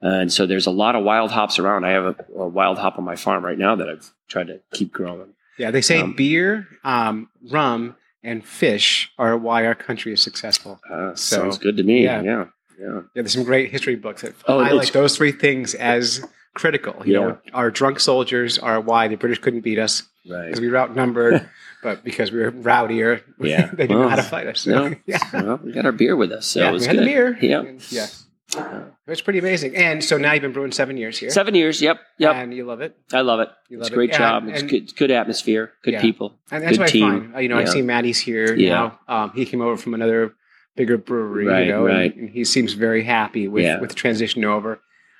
A: Yeah.
C: And so there's a lot of wild hops around. I have a, a wild hop on my farm right now that I've tried to keep growing.
A: Yeah, they say
C: Um,
A: beer, um, rum, and fish are why our country is successful.
C: Uh,
A: So,
C: sounds good to me.
A: yeah.
C: Yeah. Yeah. yeah.
A: Yeah, there's some great history books that
C: Oh,
A: highlight
C: it's-
A: those three things as critical. You
C: Yeah.
A: know, our drunk soldiers are why the British couldn't beat us.
C: Right.
A: because we were outnumbered, but because we were rowdier,
C: Yeah.
A: they didn't know
C: Well,
A: how to fight us. So,
C: No.
A: yeah.
C: Well, we got our beer with us, so
A: yeah,
C: it was
A: we had
C: good.
A: a beer.
C: Yeah.
A: yeah, it was pretty amazing. And so now you've been brewing seven years here,
C: Seven years. Yep. Yep.
A: and you love it.
C: I love it.
A: You
C: it's
A: love
C: a great
A: it.
C: job.
A: And-
C: it's
A: and-
C: good, good atmosphere. Good
A: Yeah.
C: people.
A: And that's
C: Good
A: what I
C: team.
A: find. Uh, You know, I
C: Yeah.
A: see Maddie's here
C: Yeah.
A: now. Um, he came over from another bigger brewery,
C: Right,
A: you know, and-
C: right.
A: and, he seems very happy with,
C: Yeah.
A: with the transition over.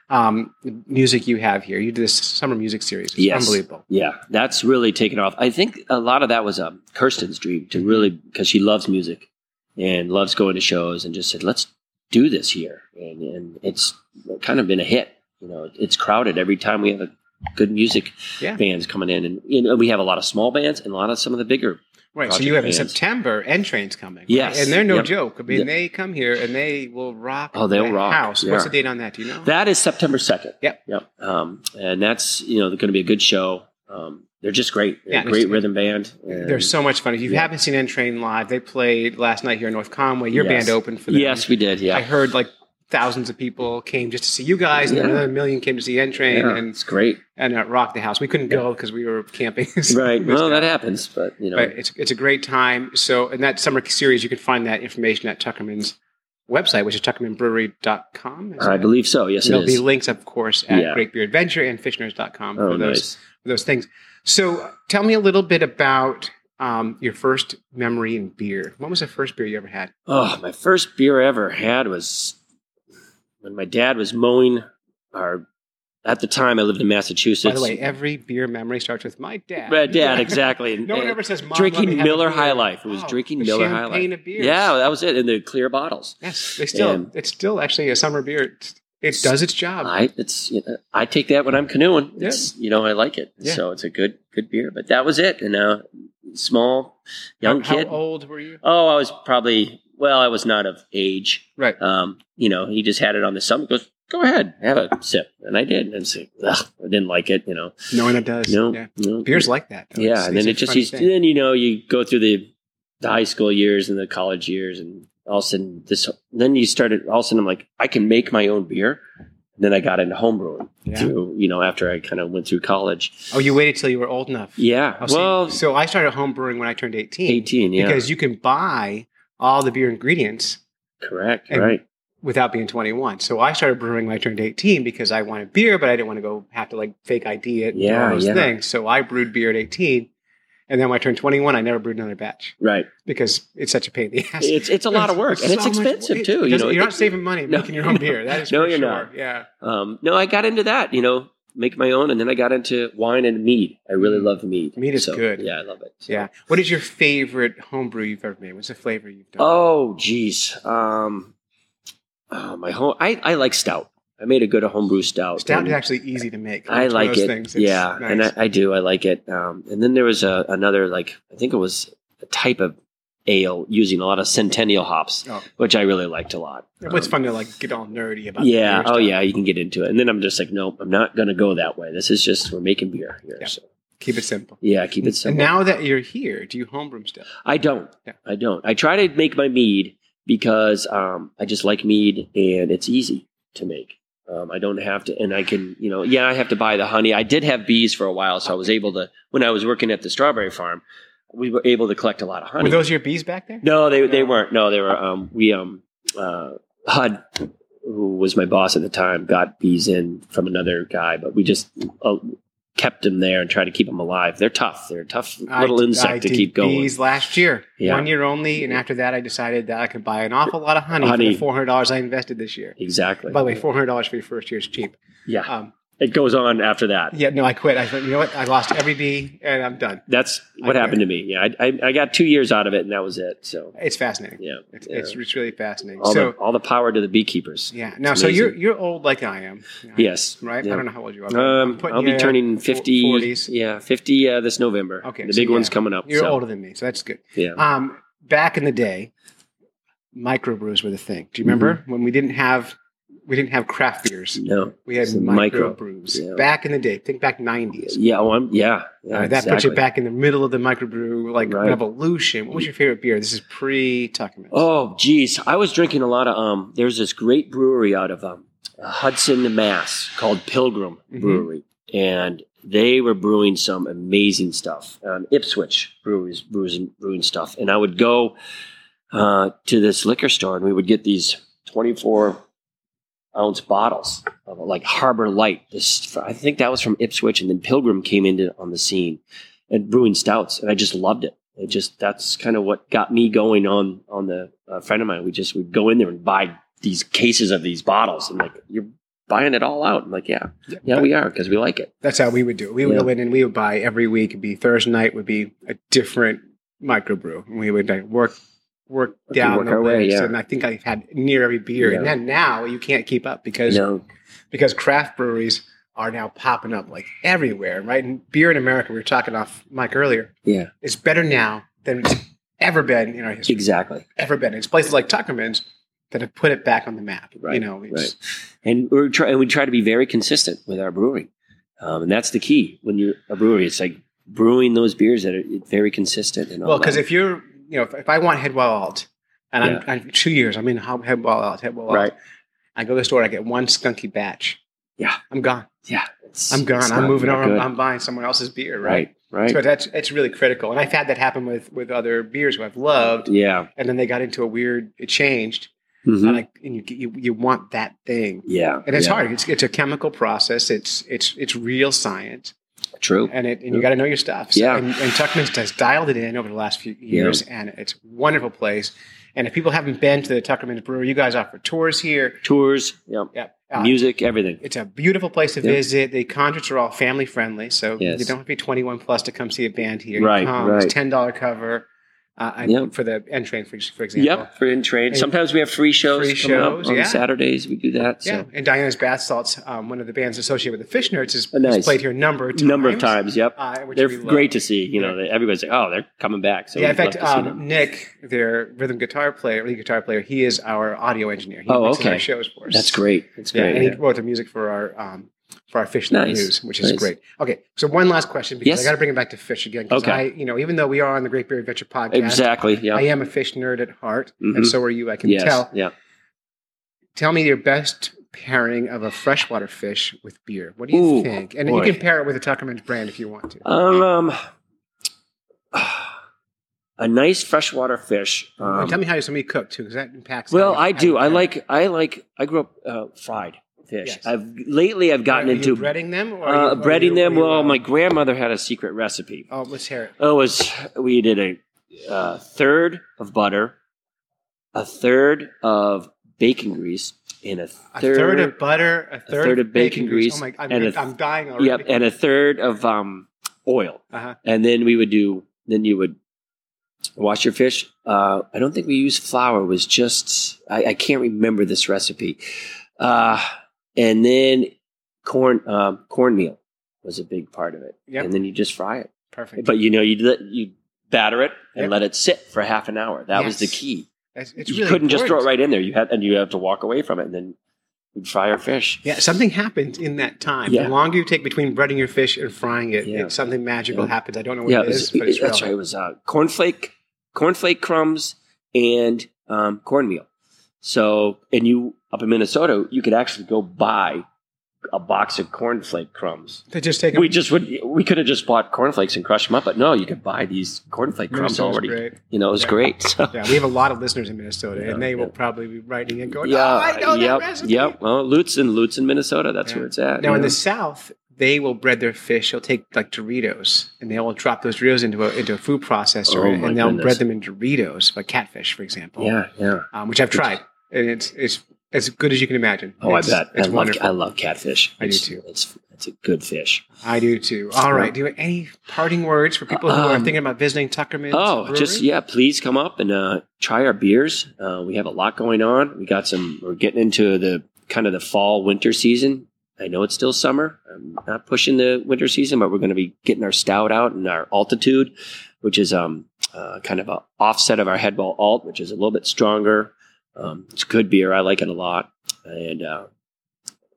A: Um, the music you have here, you did this summer music series. It's
C: Yes.
A: unbelievable.
C: Yeah, that's really taken off. I think a lot of that was um, Kirsten's dream
A: Mm-hmm.
C: to really because she loves music and loves going to shows and just said, "Let's do this here." And, and it's kind of been a hit. You know, it's crowded every time we have a good music
A: Yeah.
C: bands coming in, and you know, we have a lot of small bands and a lot of some of the bigger.
A: Right. So
C: Project
A: you have in
C: Vans.
A: September N trains coming. right?
C: Yes.
A: And they're no
C: Yep.
A: joke. I mean,
C: Yeah.
A: they come here and they will rock.
C: Oh, they'll
A: the
C: rock.
A: House. What's
C: Yeah.
A: the date on that? Do you know?
C: That is September second.
A: Yep.
C: yep. Um, and that's you know going to be a good show. Um, they're just great. They're
A: Yeah,
C: a great
A: it's-
C: rhythm band. and-
A: they're so much fun. If you
C: Yeah.
A: haven't seen N Train live, they played last night here in North Conway. Your
C: Yes.
A: band opened for them.
C: yes, we did. Yeah,
A: I heard like thousands of people came just to see you guys, and
C: Yeah.
A: another million came to see N Train
C: Yeah,
A: and
C: it's great.
A: and uh, rock the house. We couldn't go because we were camping. So
C: Right.
A: we missed
C: Well,
A: out.
C: that happens, but you know,
A: But it's it's a great time. So in that summer series, you can find that information at Tuckerman's website, which is tuckermanbrewery.com. Is
C: I
A: it?
C: believe so. Yes,
A: And
C: it
A: there'll be
C: is.
A: links, of course, at
C: Yeah.
A: Great Beer Adventure and Fishners.com
C: Oh,
A: for those
C: nice.
A: for those things. So uh, tell me a little bit about um, your first memory in beer. When was the first beer you ever had?
C: Oh, my first beer I ever had was when my dad was mowing our. At the time, I lived in Massachusetts.
A: By the way, every beer memory starts with my dad.
C: my dad exactly.
A: No one
C: And
A: ever says Mom, let me
C: drinking
A: have a
C: Miller
A: beer."
C: High Life. It was
A: Oh,
C: drinking
A: the
C: Miller High
A: champagne
C: Life.
A: of beers.
C: Yeah, that was it in the clear bottles.
A: Yes, they still.
C: And-
A: it's still actually a summer beer. It's, it does its job.
C: I it's you know, I take that when I'm canoeing.
A: Yeah.
C: It's you know I like it,
A: Yeah.
C: so it's a good good beer. But that was it. And a small young
A: how,
C: kid.
A: How old were you?
C: Oh, I was probably well, I was not of age.
A: Right.
C: Um, you know, he just had it on the summit. Goes, go ahead, have a sip, and I did, and it's like, ugh, I didn't like it. You know,
A: No one does.
C: no,
A: Yeah.
C: no.
A: Beer's like that. though.
C: yeah.
A: It's-
C: And then
A: it's a
C: it just
A: funny thing.
C: you, then you know you go through the the high school years and the college years, and all of a sudden this then you started all of a sudden I'm like I can make my own beer. And then I got into homebrewing
A: Yeah.
C: through you know after I kind of went through college.
A: Oh, you waited till you were old enough.
C: Yeah,
A: Oh, see,
C: well,
A: so I started home brewing when I turned 18.
C: eighteen. Yeah,
A: Because you can buy all the beer ingredients
C: correct.
A: and-
C: Right.
A: without being 21. So I started brewing when I turned 18 because I wanted beer, but I didn't want to go have to like fake ID it and
C: Yeah,
A: all those
C: yeah.
A: things. So I brewed beer at 18. And then when I turned 21, I never brewed another batch
C: Right.
A: because it's it's such a pain in the ass.
C: It's it's a lot of work and it's
A: so much-
C: expensive
A: it-
C: too.
A: it
C: you know,
A: doesn't- you're
C: It-
A: not saving money
C: No,
A: making your own
C: no.
A: beer. That is
C: No,
A: for
C: you're
A: sure.
C: not.
A: Yeah,
C: Um, no, I got into that, you know, make my own, and then I got into wine and mead. I really love mead.
A: Mm. Mead is
C: So,
A: good.
C: Yeah, I love it. So-
A: yeah. What is your favorite homebrew you've ever made? What's the flavor you've done?
C: Oh, geez. Um, uh, my home. I, I like stout. I made a good homebrew stout.
A: Stout
C: and
A: is actually easy to make.
C: um, I
A: It's one of
C: like
A: those
C: it.
A: Things. It's
C: yeah, and I,
A: nice.
C: I do. I like it. Um, and then there was a, another like I think it was a type of ale using a lot of centennial hops,
A: Oh.
C: which I really liked a lot.
A: Well, it's
C: Um,
A: fun to like get all nerdy about.
C: Yeah.
A: beer
C: Oh,
A: stuff.
C: yeah. You can get into it, and then I'm just like, nope, I'm not gonna go that way. This is just we're making beer here.
A: Yeah.
C: So
A: Keep it simple.
C: yeah, keep it simple.
A: And now that you're here, do you homebrew stuff?
C: I don't.
A: Yeah.
C: I don't. I try to make my mead because um, I just like mead and it's easy to make. Um, I don't have to, and I can, you know, yeah, I have to buy the honey. I did have bees for a while, so I was able to. When I was working at the strawberry farm, we were able to collect a lot of honey.
A: Were those your bees back there?
C: no, they they
A: No.
C: weren't. No, they were. Um, we um, uh, HUD, who was my boss at the time, got bees in from another guy, but we just. Uh, kept them there and tried to keep them alive. They're tough. They're a tough little
A: I,
C: insect
A: I
C: to
A: did
C: keep going.
A: Bees last year,
C: Yeah.
A: one year only, and after that, I decided that I could buy an awful lot of honey,
C: Honey.
A: for the four hundred dollars I invested this year.
C: Exactly.
A: By the way, four hundred dollars for your first year is cheap.
C: yeah,
A: Um,
C: it goes on after that.
A: yeah, no, I quit. I thought, you know what? I lost every bee, and I'm done.
C: That's what
A: I-
C: happened to me. Yeah, I, I, I got two years out of it, and that was it. So
A: It's fascinating.
C: yeah,
A: It's,
C: yeah.
A: it's, it's really fascinating.
C: all
A: so
C: the all the power to the beekeepers.
A: yeah, now so you're
C: amazing.
A: you're old like I am. you know,
C: Yes,
A: right.
C: Yeah.
A: I don't know how old you are. but I'm
C: Um,
A: putting
C: I'll
A: you
C: be
A: in
C: turning
A: fo-
C: fifty.
A: 40s.
C: Yeah, fifty uh, this November.
A: Okay,
C: the
A: so
C: big
A: yeah,
C: one's coming up.
A: You're
C: so,
A: older than me, so that's good.
C: Yeah.
A: Um, back in the day, microbrews were the thing. Do you remember
C: Mm-hmm.
A: when we didn't have we didn't have craft beers?
C: No.
A: We had
C: So micro-
A: microbrews
C: yeah.
A: back in the day. Think back nineties.
C: Yeah. Well, I'm, yeah. yeah
A: that puts you
C: exactly.
A: back in the middle of the microbrew like
C: Right.
A: revolution. What was your favorite beer? This is pre Tuckerman.
C: Oh, geez, I was drinking a lot of. Um, there's this great brewery out of um, Hudson, Mass, called Pilgrim
A: Mhm.
C: Brewery, and they were brewing some amazing stuff. Um, Ipswich breweries brews brewing stuff, and I would go uh, to this liquor store, and we would get these twenty-four ounce bottles of like Harbor Light. This I think that was from Ipswich, and then Pilgrim came into on the scene and brewing stouts, and I just loved it. It just that's kind of what got me going on on the uh, friend of mine. We just would go in there and buy these cases of these bottles, and like you're buying it all out. I'm like, yeah, yeah, we are because we like it.
A: That's how we would do it. We would
C: Yeah.
A: go in and we would buy every week. It'd be Thursday night would be a different microbrew. And we would like work work
C: We
A: down
C: work
A: the
C: our way,
A: list.
C: yeah.
A: And I think I've had near every beer. And
C: Yeah.
A: then now you can't keep up because
C: You know,
A: because craft breweries are now popping up like everywhere, right? And beer in America, we were talking off mic earlier,
C: yeah,
A: is better now than it's ever been in our history.
C: exactly.
A: Ever been. It's places like Tuckerman's that have put it back on the map. You
C: Right,
A: know, it's,
C: right. And we try and we try to be very consistent with our brewing, um, and that's the key when you're a brewery. It's like brewing those beers that are very consistent and all
A: Well, because
C: that.
A: if you're, you know, if, if I want Headwell Alt, and I'm,
C: Yeah.
A: I'm two years, I'm in Ho- Headwell Alt, Headwell
C: right,
A: Alt. I go to the store, I get one skunky batch.
C: Yeah.
A: I'm gone.
C: yeah, it's-
A: I'm gone.
C: it's
A: I'm
C: not-
A: moving
C: not
A: on. I'm,
C: good.
A: I'm buying someone else's beer, right?
C: right, right,
A: So that's it's really critical, and I've had that happen with with other beers who I've loved,
C: yeah,
A: and then they got into a weird, it changed,
C: Mhm.
A: and like, and you, you you want that thing,
C: yeah,
A: Uh, and it's
C: yeah.
A: hard. It's it's a chemical process. It's it's it's real science,
C: True.
A: and it and you got to know your stuff.
C: Yeah.
A: And, and Tuckman's has dialed it in over the last few years, and it's a wonderful place. And if people haven't been to the Tuckerman's Brewery, you guys offer tours here.
C: Tours, yeah,
A: Yep. Uh,
C: music, everything.
A: It's a beautiful place to
C: Yep.
A: visit. The concerts are all family friendly, so
C: Yes.
A: you don't have to be 21 plus to come see a band here.
C: Right,
A: you come, It's
C: right.
A: ten dollar cover uh, and
C: Yep.
A: for the end train, for, for example.
C: Yep, for in train.
A: And-
C: Sometimes we have free shows.
A: Free
C: coming up
A: shows,
C: on
A: yeah.
C: Saturdays. We do that. So.
A: Yeah, and Diana's Bath Salts, um, one of the bands associated with the Fish Nerds, is,
C: Oh, nice.
A: has played here a number of times.
C: number of times. Yep,
A: Uh, which
C: they're
A: we love.
C: great to see. You know, they- everybody's like, oh, they're coming back. So
A: yeah, in
C: we'd love
A: fact,
C: to see
A: um,
C: them.
A: Nick, their rhythm guitar player, lead guitar player, he is our audio engineer. He
C: Oh,
A: mixes
C: okay.
A: our shows for us.
C: that's great. That's
A: Yeah,
C: great.
A: and
C: yeah.
A: he wrote the music for our um, for our Fish Net
C: Nice.
A: News, which is
C: Nice.
A: great. Okay, so one last question because
C: Yes.
A: I got to bring it back to fish again. 'cause
C: Okay.
A: I, you know, even though we are on the Great Beer Adventure podcast,
C: Exactly.
A: I
C: Yeah.
A: am a fish nerd at heart,
C: Mhm.
A: and so are you. I can
C: Yes.
A: tell.
C: Yeah.
A: Tell me your best pairing of a freshwater fish with beer. What do you
C: Ooh,
A: think? And
C: boy.
A: you can pair it with a Tuckerman's brand if you want to.
C: Um, um, a nice freshwater fish.
A: and tell
C: Um,
A: me how you somebody cooked too, because that impacts. how
C: well,
A: you-
C: I
A: how
C: do.
A: you
C: I
A: pair.
C: like. I like. I grew up uh, fried fish.
A: Yes.
C: I've lately I've gotten
A: Are you
C: into
A: breading them. Or
C: uh,
A: are you- are you-
C: breading
A: are
C: them.
A: you,
C: Well,
A: uh,
C: my grandmother had a secret recipe.
A: Oh, let's hear it.
C: Oh, it was we did a uh, third of butter, a third of bacon grease, and a
A: A
C: third,
A: third, of butter, a third, of bacon, grease. Oh my! I'm,
C: and a-
A: I'm dying already.
C: yep, and a third of um, oil,
A: Uh-huh.
C: and then we would do. Then you would wash your fish. Uh, I don't think we used flour. It was just I, I can't remember this recipe, uh, and then corn um, cornmeal was a big part of it.
A: Yep.
C: and then you just fry it.
A: Perfect.
C: But you know, you let, you batter it and
A: Yep.
C: let it sit for half an hour. That was the
A: Yes.
C: key.
A: That's- it's
C: you
A: really
C: couldn't just throw it
A: important.
C: right in there. You had and you have to walk away from it, and then you'd fry your fish.
A: Yeah, something happens in that time.
C: Yeah.
A: The longer you take between breading your fish and frying it,
C: Yeah.
A: it's something magical
C: Yeah.
A: happens. I don't know what
C: Yeah,
A: it
C: it
A: is,
C: was,
A: but it's
C: that's right. It
A: relevant.
C: was uh, cornflake, cornflake crumbs, and um, cornmeal. So, and you up in Minnesota, you could actually go buy a box of cornflake crumbs.
A: They just take
C: We just would we could have just bought cornflakes and crushed them up, but no, you could buy these cornflake
A: Minnesota's
C: crumbs already.
A: great.
C: You know, it was
A: Yeah.
C: great. So.
A: Yeah, we have a lot of listeners in Minnesota,
C: Yeah,
A: and they will
C: yeah.
A: probably be writing and going,
C: yeah,
A: "Oh, I know
C: yep,
A: that recipe."
C: yep. Well, Lutz in Lutz in Minnesota. That's
A: Yeah.
C: where it's at.
A: Now
C: you
A: in
C: know?
A: the South, they will bread their fish. They'll take like Doritos, and they will drop those Doritos into a into a food processor,
C: Oh, my
A: and they'll
C: goodness.
A: bread them in Doritos, like catfish, for example.
C: yeah, yeah.
A: um, which I've tried, and it's it's as good as you can imagine.
C: Oh,
A: It's-
C: I bet.
A: it's
C: I love,
A: wonderful.
C: I love catfish.
A: I do
C: It's-
A: too.
C: It's it's a good fish.
A: I do too. All right. Do you have any parting words for people who are
C: Um,
A: thinking about visiting Tuckerman's?
C: Oh,
A: Brewery?
C: just yeah. Please come up and uh, try our beers. Uh, we have a lot going on. We got some. We're getting into the kind of the fall winter season. I know it's still summer. I'm not pushing the winter season, but we're going to be getting our stout out and our altitude, which is um uh, kind of a offset of our headball alt, which is a little bit stronger. Um, it's good beer. I like it a lot. And uh,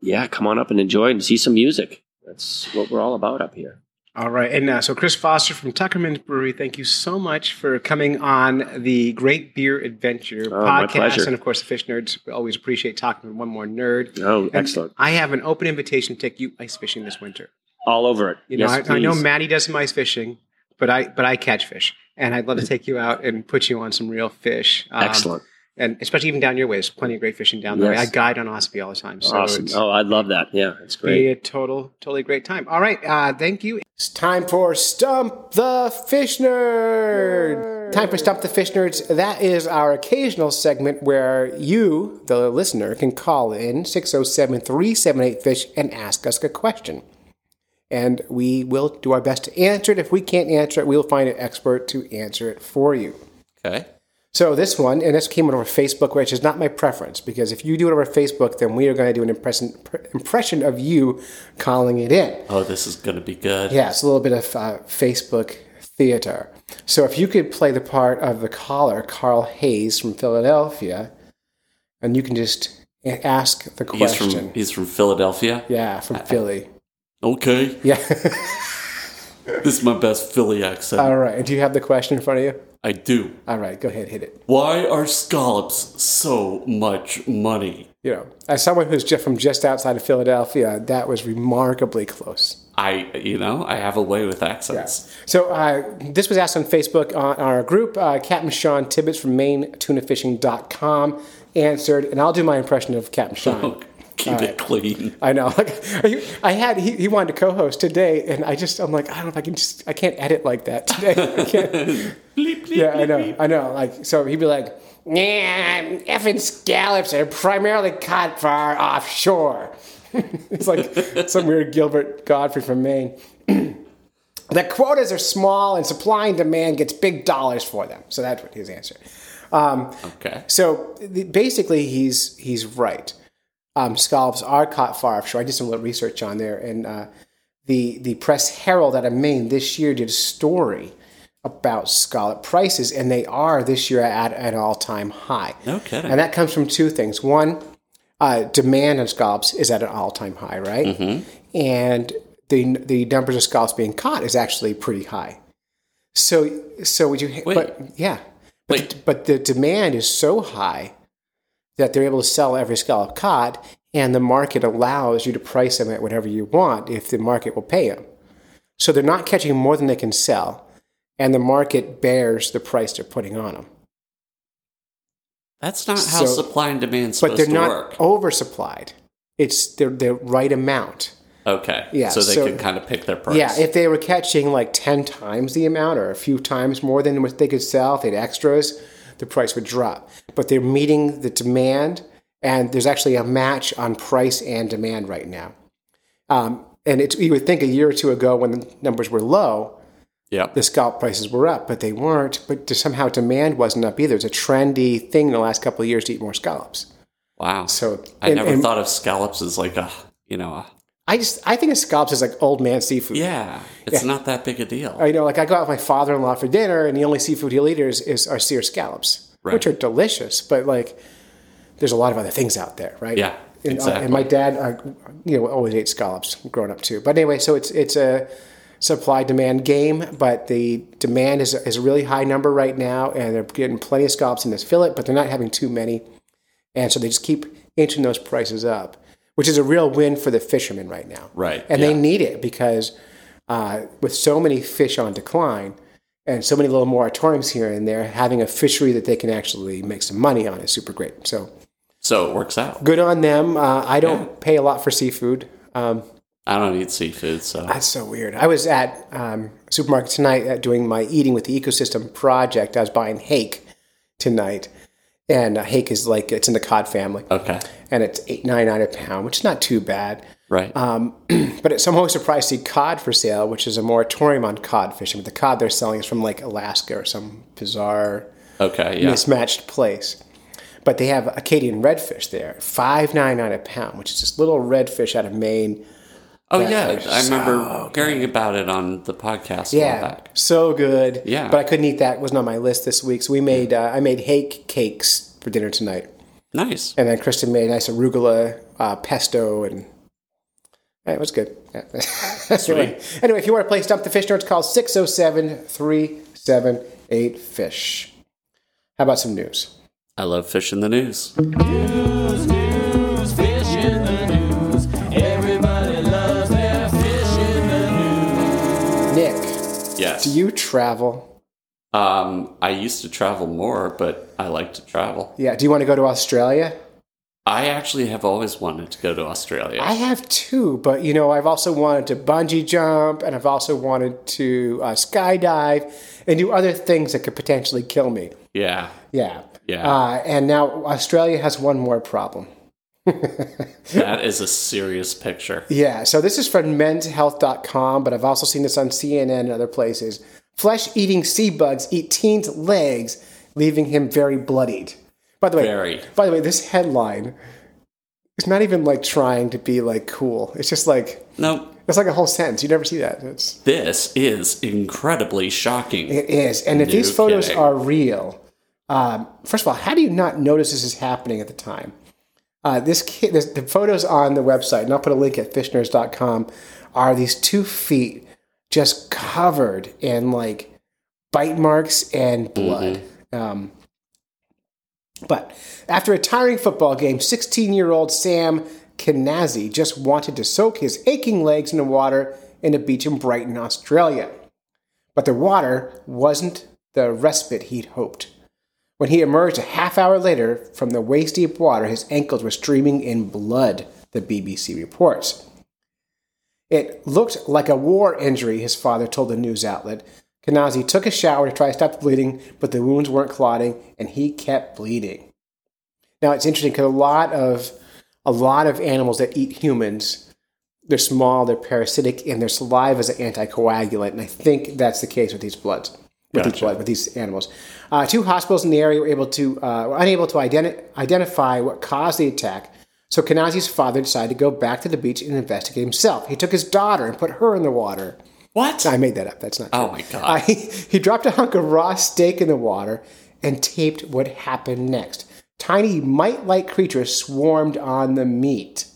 C: yeah, come on up and enjoy and see some music. That's what we're all about up here.
A: All right. And uh, so, Chris Foster from Tuckerman's Brewery, thank you so much for coming on the Great Beer Adventure
C: Oh, my
A: podcast.
C: pleasure.
A: And of course, the Fish Nerds, we always appreciate talking to one more nerd.
C: Oh,
A: And I have an open invitation to take you ice fishing this winter.
C: all over it.
A: You know,
C: Yes,
A: I, I know
C: please.
A: Maddie does some ice fishing, but I but I catch fish, and I'd love to take you out and put you on some real fish. Um,
C: Excellent.
A: and especially even down your way, there's plenty of great fishing down there.
C: Yes.
A: I guide on Ospey all the time, so
C: awesome.
A: it's
C: Oh, I love that. Yeah, it's
A: be
C: great.
A: a total totally great time. All right, uh, thank you. It's time for Stump the Fish Nerd. Time for Stump the Fish Nerds. That is our occasional segment where you, the listener, can call in 607 378 Fish and ask us a question. And we will do our best to answer it. If we can't answer it, we will find an expert to answer it for you.
B: Okay.
A: So this one, and this came out over Facebook, which is not my preference because if you do it over Facebook, then we are going to do an impression impression of you calling it in.
B: Oh, this is going to be good.
A: Yeah, it's a little bit of uh, Facebook theater. So if you could play the part of the caller, Carl Hayes from Philadelphia, and you can just a- ask the
B: He's
A: question.
B: from he's from Philadelphia.
A: yeah, from Philly.
B: Okay.
A: Yeah.
B: This is my best Philly accent.
A: All right. Do you have the question in front of you?
B: I do.
A: All right. Go ahead, hit it.
B: Why are scallops so much money?
A: You know, as someone who's just from just outside of Philadelphia, that was remarkably close.
B: I, you know, I have a way with accents.
A: So uh, this was asked on Facebook on our group. Uh, Captain Sean Tibbetts from MainTunaFishing.com answered, and I'll do my impression of Captain Sean.
B: Oh, keep it clean.
A: I know. Like, are you- I had he, he wanted to co-host today, and I just I'm like I don't know if I can just I can't edit like that today. I can't.
B: Bleep, bleep,
A: yeah, I
B: bleep,
A: know.
B: bleep.
A: I know. Like so, he'd be like, "Yeah, effing scallops are primarily caught for our offshore." it's like some weird Gilbert Godfrey from Maine. the quotas are small, and supply and demand gets big dollars for them. So that's what his answer. Um,
B: Okay.
A: so the- basically, he's he's right. Um, scallops are caught far offshore. I did some little research on there, and uh, the the Press Herald out of Maine this year did a story about scallop prices, and they are this year at an all time high.
B: No kidding.
A: And that comes from two things. One, uh, demand on scallops is at an all time high, right? And the the numbers of scallops being caught is actually pretty high. So so would you? But yeah, but
B: Wait.
A: The, but the demand is so high that they're able to sell every scallop caught, and the market allows you to price them at whatever you want if the market will pay them. So they're not catching more than they can sell, and the market bears the price they're putting on them.
B: That's not how
A: So-
B: supply and demand's
A: but
B: supposed
A: they're
B: to
A: not
B: work.
A: oversupplied. It's the the right amount.
B: Okay.
A: oh, Yeah,
B: So they
A: so-
B: can kind of pick their price.
A: Yeah, if they were catching like ten times the amount or a few times more than what they could sell, if they had extras, the price would drop. But they're meeting the demand, and there's actually a match on price and demand right now. Um, and it's, you would think a year or two ago when the numbers were low,
B: Yep.
A: the scalp prices were up, but they weren't. But to- somehow demand wasn't up either. It's a trendy thing in the last couple of years to eat more scallops.
B: Wow.
A: So
B: I
A: and-
B: never
A: and-
B: thought of scallops as like a, you know, a,
A: I just I think of scallops as like old man seafood.
B: yeah, it's not that big a deal.
A: You know, like I go out with my father in law for dinner, and the only seafood he'll eat is, is are seared scallops,
B: Right.
A: which are delicious. But like, there's a lot of other things out there, right?
B: Yeah,
A: And,
B: exactly.
A: and my dad, uh, you know, always ate scallops growing up too. But anyway, so it's it's a supply demand game, but the demand is is a really high number right now, and they're getting plenty of scallops in this fillet, but they're not having too many, and so they just keep inching those prices up, which is a real win for the fishermen right now.
B: Right,
A: And
B: yeah.
A: they need it because uh, with so many fish on decline and so many little moratoriums here and there, having a fishery that they can actually make some money on is super great. So
B: so it works out.
A: good on them. Uh, I don't pay a lot for seafood. Um,
B: I don't eat seafood, so
A: that's so weird. I was at um, supermarket tonight uh, doing my eating with the ecosystem project. I was buying hake tonight, and uh, hake is like it's in the cod family,
B: okay,
A: and it's eight nine nine a pound, which is not too bad.
B: right?
A: Um, but it's somehow surprised to see cod for sale, which is a moratorium on cod fishing. But the cod they're selling is from like Alaska or some bizarre
B: okay, yeah,
A: mismatched place. But they have Acadian redfish there, five nine nine a pound, which is this little redfish out of Maine.
B: oh yeah.
A: fish
B: I
A: is
B: remember hearing about it on the podcast. a while
A: Yeah,
B: back.
A: so good.
B: Yeah.
A: but I couldn't eat that; It wasn't on my list this week. So we made uh, I made hake cakes for dinner tonight,
B: nice.
A: and then Kristen made nice arugula uh, pesto, and yeah, it was good. Yeah. anyway, anyway, if you want to play Stump the Fish Nerds, call 607 378 Fish. How about some news?
B: I love fish in the news.
D: Fish in the news. Everybody loves their fish in the
B: Yes.
A: Do you travel?
B: Um, I used to travel more, but I like to travel.
A: Yeah. Do you want to go to Australia?
B: I actually have always wanted to go to Australia.
A: I have two, but you know, I've also wanted to bungee jump and I've also wanted to uh, skydive and do other things that could potentially kill me.
B: yeah,
A: Yeah.
B: yeah.
A: Uh, and now Australia has one more problem.
B: that is a serious picture.
A: Yeah, so this is from menshealth.com, but I've also seen this on CNN and other places. Flesh eating sea bugs eat teen's legs, leaving him very bloodied. By the way,
B: Very.
A: by the way, this headline is not even like trying to be like cool. It's just like
B: No,
A: it's like a whole sentence. You never see that. It's,
B: this is incredibly shocking.
A: it is. And if
B: No
A: these photos
B: kidding.
A: are real, um, first of all, how do you not notice this is happening at the time? Uh, this kid, this, the photos on the website, and I'll put a link at fishners.com, are these two feet just covered in like bite marks and blood. Um, but after a tiring football game, 16 year old Sam Kenazi just wanted to soak his aching legs in the water in a beach in Brighton, Australia. But the water wasn't the respite he'd hoped. When he emerged a half hour later from the waist deep water, his ankles were streaming in blood, the BBC reports. It looked like a war injury, his father told the news outlet. Kanazi took a shower to try to stop the bleeding, but the wounds weren't clotting, and he kept bleeding. Now it's interesting because a lot of a lot of animals that eat humans, they're small, they're parasitic, and their saliva is an anticoagulant, and I think that's the case with these bloods, with these
B: Gotcha.
A: blood, with these animals. Uh, two hospitals in the area were able to uh, were unable to identi- identify what caused the attack, so Kanazi's father decided to go back to the beach and investigate himself. He took his daughter and put her in the water.
B: What?
A: I made that up. That's not. true.
B: Oh my
A: Uh,
B: god.
A: he, he dropped a hunk of raw steak in the water and taped what happened next. Tiny mite like creatures swarmed on the meat.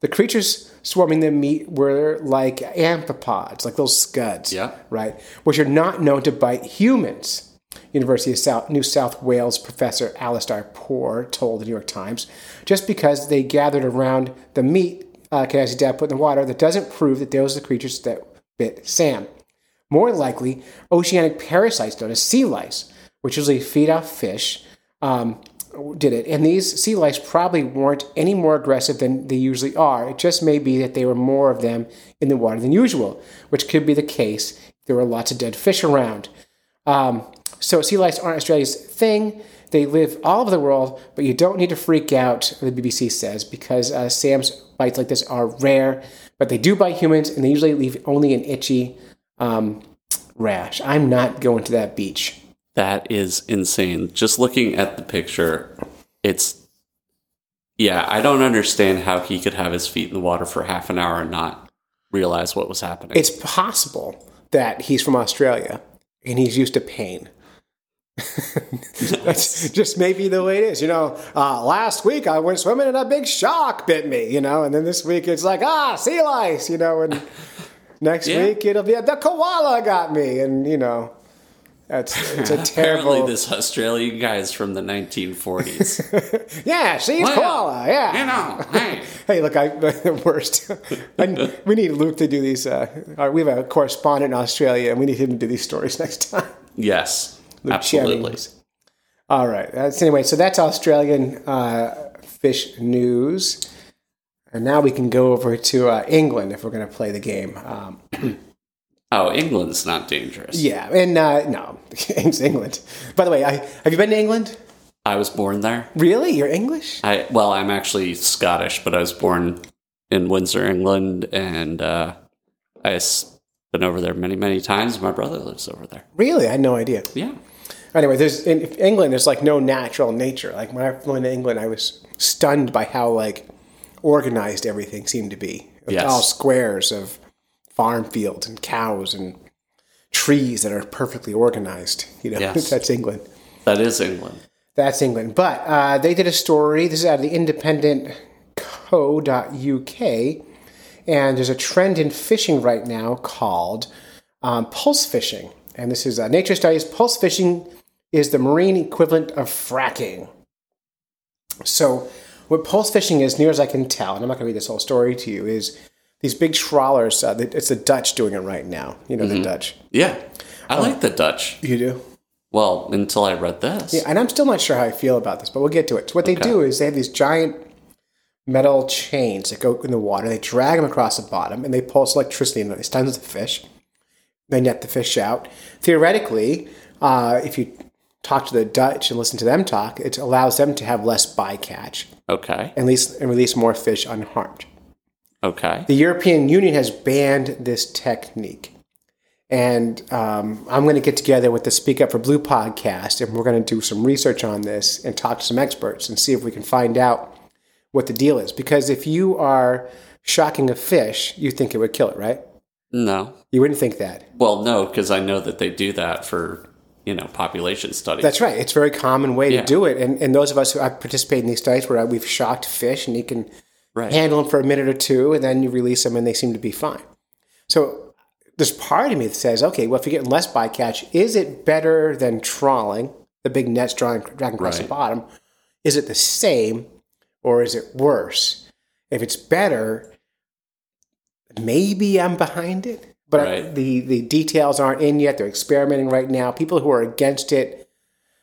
A: The creatures swarming the meat were like amphipods, like little scuds,
B: Yeah.
A: right? Which are not known to bite humans. University of South, New South Wales professor Alistair Poor told the New York Times just because they gathered around the meat uh, Cassie Dad put in the water, that doesn't prove that those are the creatures that bit Sam. More likely, oceanic parasites known as sea lice, which usually feed off fish, um, did it. And these sea lice probably weren't any more aggressive than they usually are. It just may be that there were more of them in the water than usual, which could be the case if there were lots of dead fish around. Um, so sea lice aren't Australia's thing. They live all over the world, but you don't need to freak out, the BBC says, because uh, Sam's bites like this are rare, but they do bite humans, and they usually leave only an itchy um, rash. I'm not going to that beach.
B: That is insane. Just looking at the picture, it's yeah, I don't understand how he could have his feet in the water for half an hour and not realize what was happening.
A: It's possible that he's from Australia and he's used to pain. That's just maybe the way it is. You know, uh, last week I went swimming and a big shark bit me, you know, and then this week it's like, ah, sea lice, you know, and next
B: Yeah.
A: week it'll be the koala got me, and, you know, that's it's a
B: Apparently,
A: terrible.
B: this Australian guy is from the 1940s.
A: yeah, she's koala, yeah.
B: You know, hey,
A: Hey, look, I the worst. and we need Luke to do these. Uh, our, we have a correspondent in Australia, and we need him to do these stories next time.
B: yes,
A: Luke
B: absolutely.
A: Jennings. All right. That's anyway. So that's Australian uh, fish news, and now we can go over to uh, England if we're going to play the game. Um,
B: Oh, England's not dangerous.
A: yeah, and uh, no, it's England. By the way, I, have you been to England?
B: I was born there.
A: Really? You're English?
B: I well, I'm actually Scottish, but I was born in Windsor, England, and uh, I've been over there many, many times. My brother lives over there.
A: Really? I had no idea.
B: Yeah.
A: Anyway, there's in England. There's like no natural nature. Like when I went to England, I was stunned by how like organized everything seemed to be. It was
B: Yes.
A: all squares of farm fields and cows and trees that are perfectly organized. You know,
B: Yes.
A: that's England.
B: That is England.
A: That's England. But uh, they did a story. This is out of the Independent Co.uk, and there's a trend in fishing right now called um, pulse fishing. And this is uh, Nature Studies. Pulse fishing is the marine equivalent of fracking. So, what pulse fishing is, near as I can tell, and I'm not going to read this whole story to you, is these big trawlers. Uh, that- it's the Dutch doing it right now. You know, the Dutch
B: Yeah. I like the Dutch.
A: You do?
B: Well, until I read this.
A: Yeah, and I'm still not sure how I feel about this, but we'll get to it. So what they do is they have these giant metal chains that go in the water. They drag them across the bottom, and they pulse electricity into these tons of fish. They net the fish out. Theoretically, uh, if you talk to the Dutch and listen to them talk, it allows them to have less bycatch
B: Okay.
A: and release, and release more fish unharmed.
B: Okay.
A: The European Union has banned this technique. And um, I'm going to get together with the Speak Up for Blue podcast, and we're going to do some research on this and talk to some experts and see if we can find out what the deal is. Because if you are shocking a fish, you think it would kill it, right?
B: No.
A: You wouldn't think that.
B: Well, no, because I know that they do that for you know population studies.
A: That's right. It's a very common way
B: Yeah.
A: to do it. And, and those of us who have participated in these studies where we've shocked fish and you can
B: right.
A: handle them for a minute or two, and then you release them, and they seem to be fine. So there's part of me that says, okay, well, if you're getting less bycatch, is it better than trawling the big nets drawing, dragging across the
B: Right.
A: bottom? Is it the same, or is it worse? If it's better, maybe I'm behind it, but
B: Right.
A: the the details aren't in yet. They're experimenting right now. People who are against it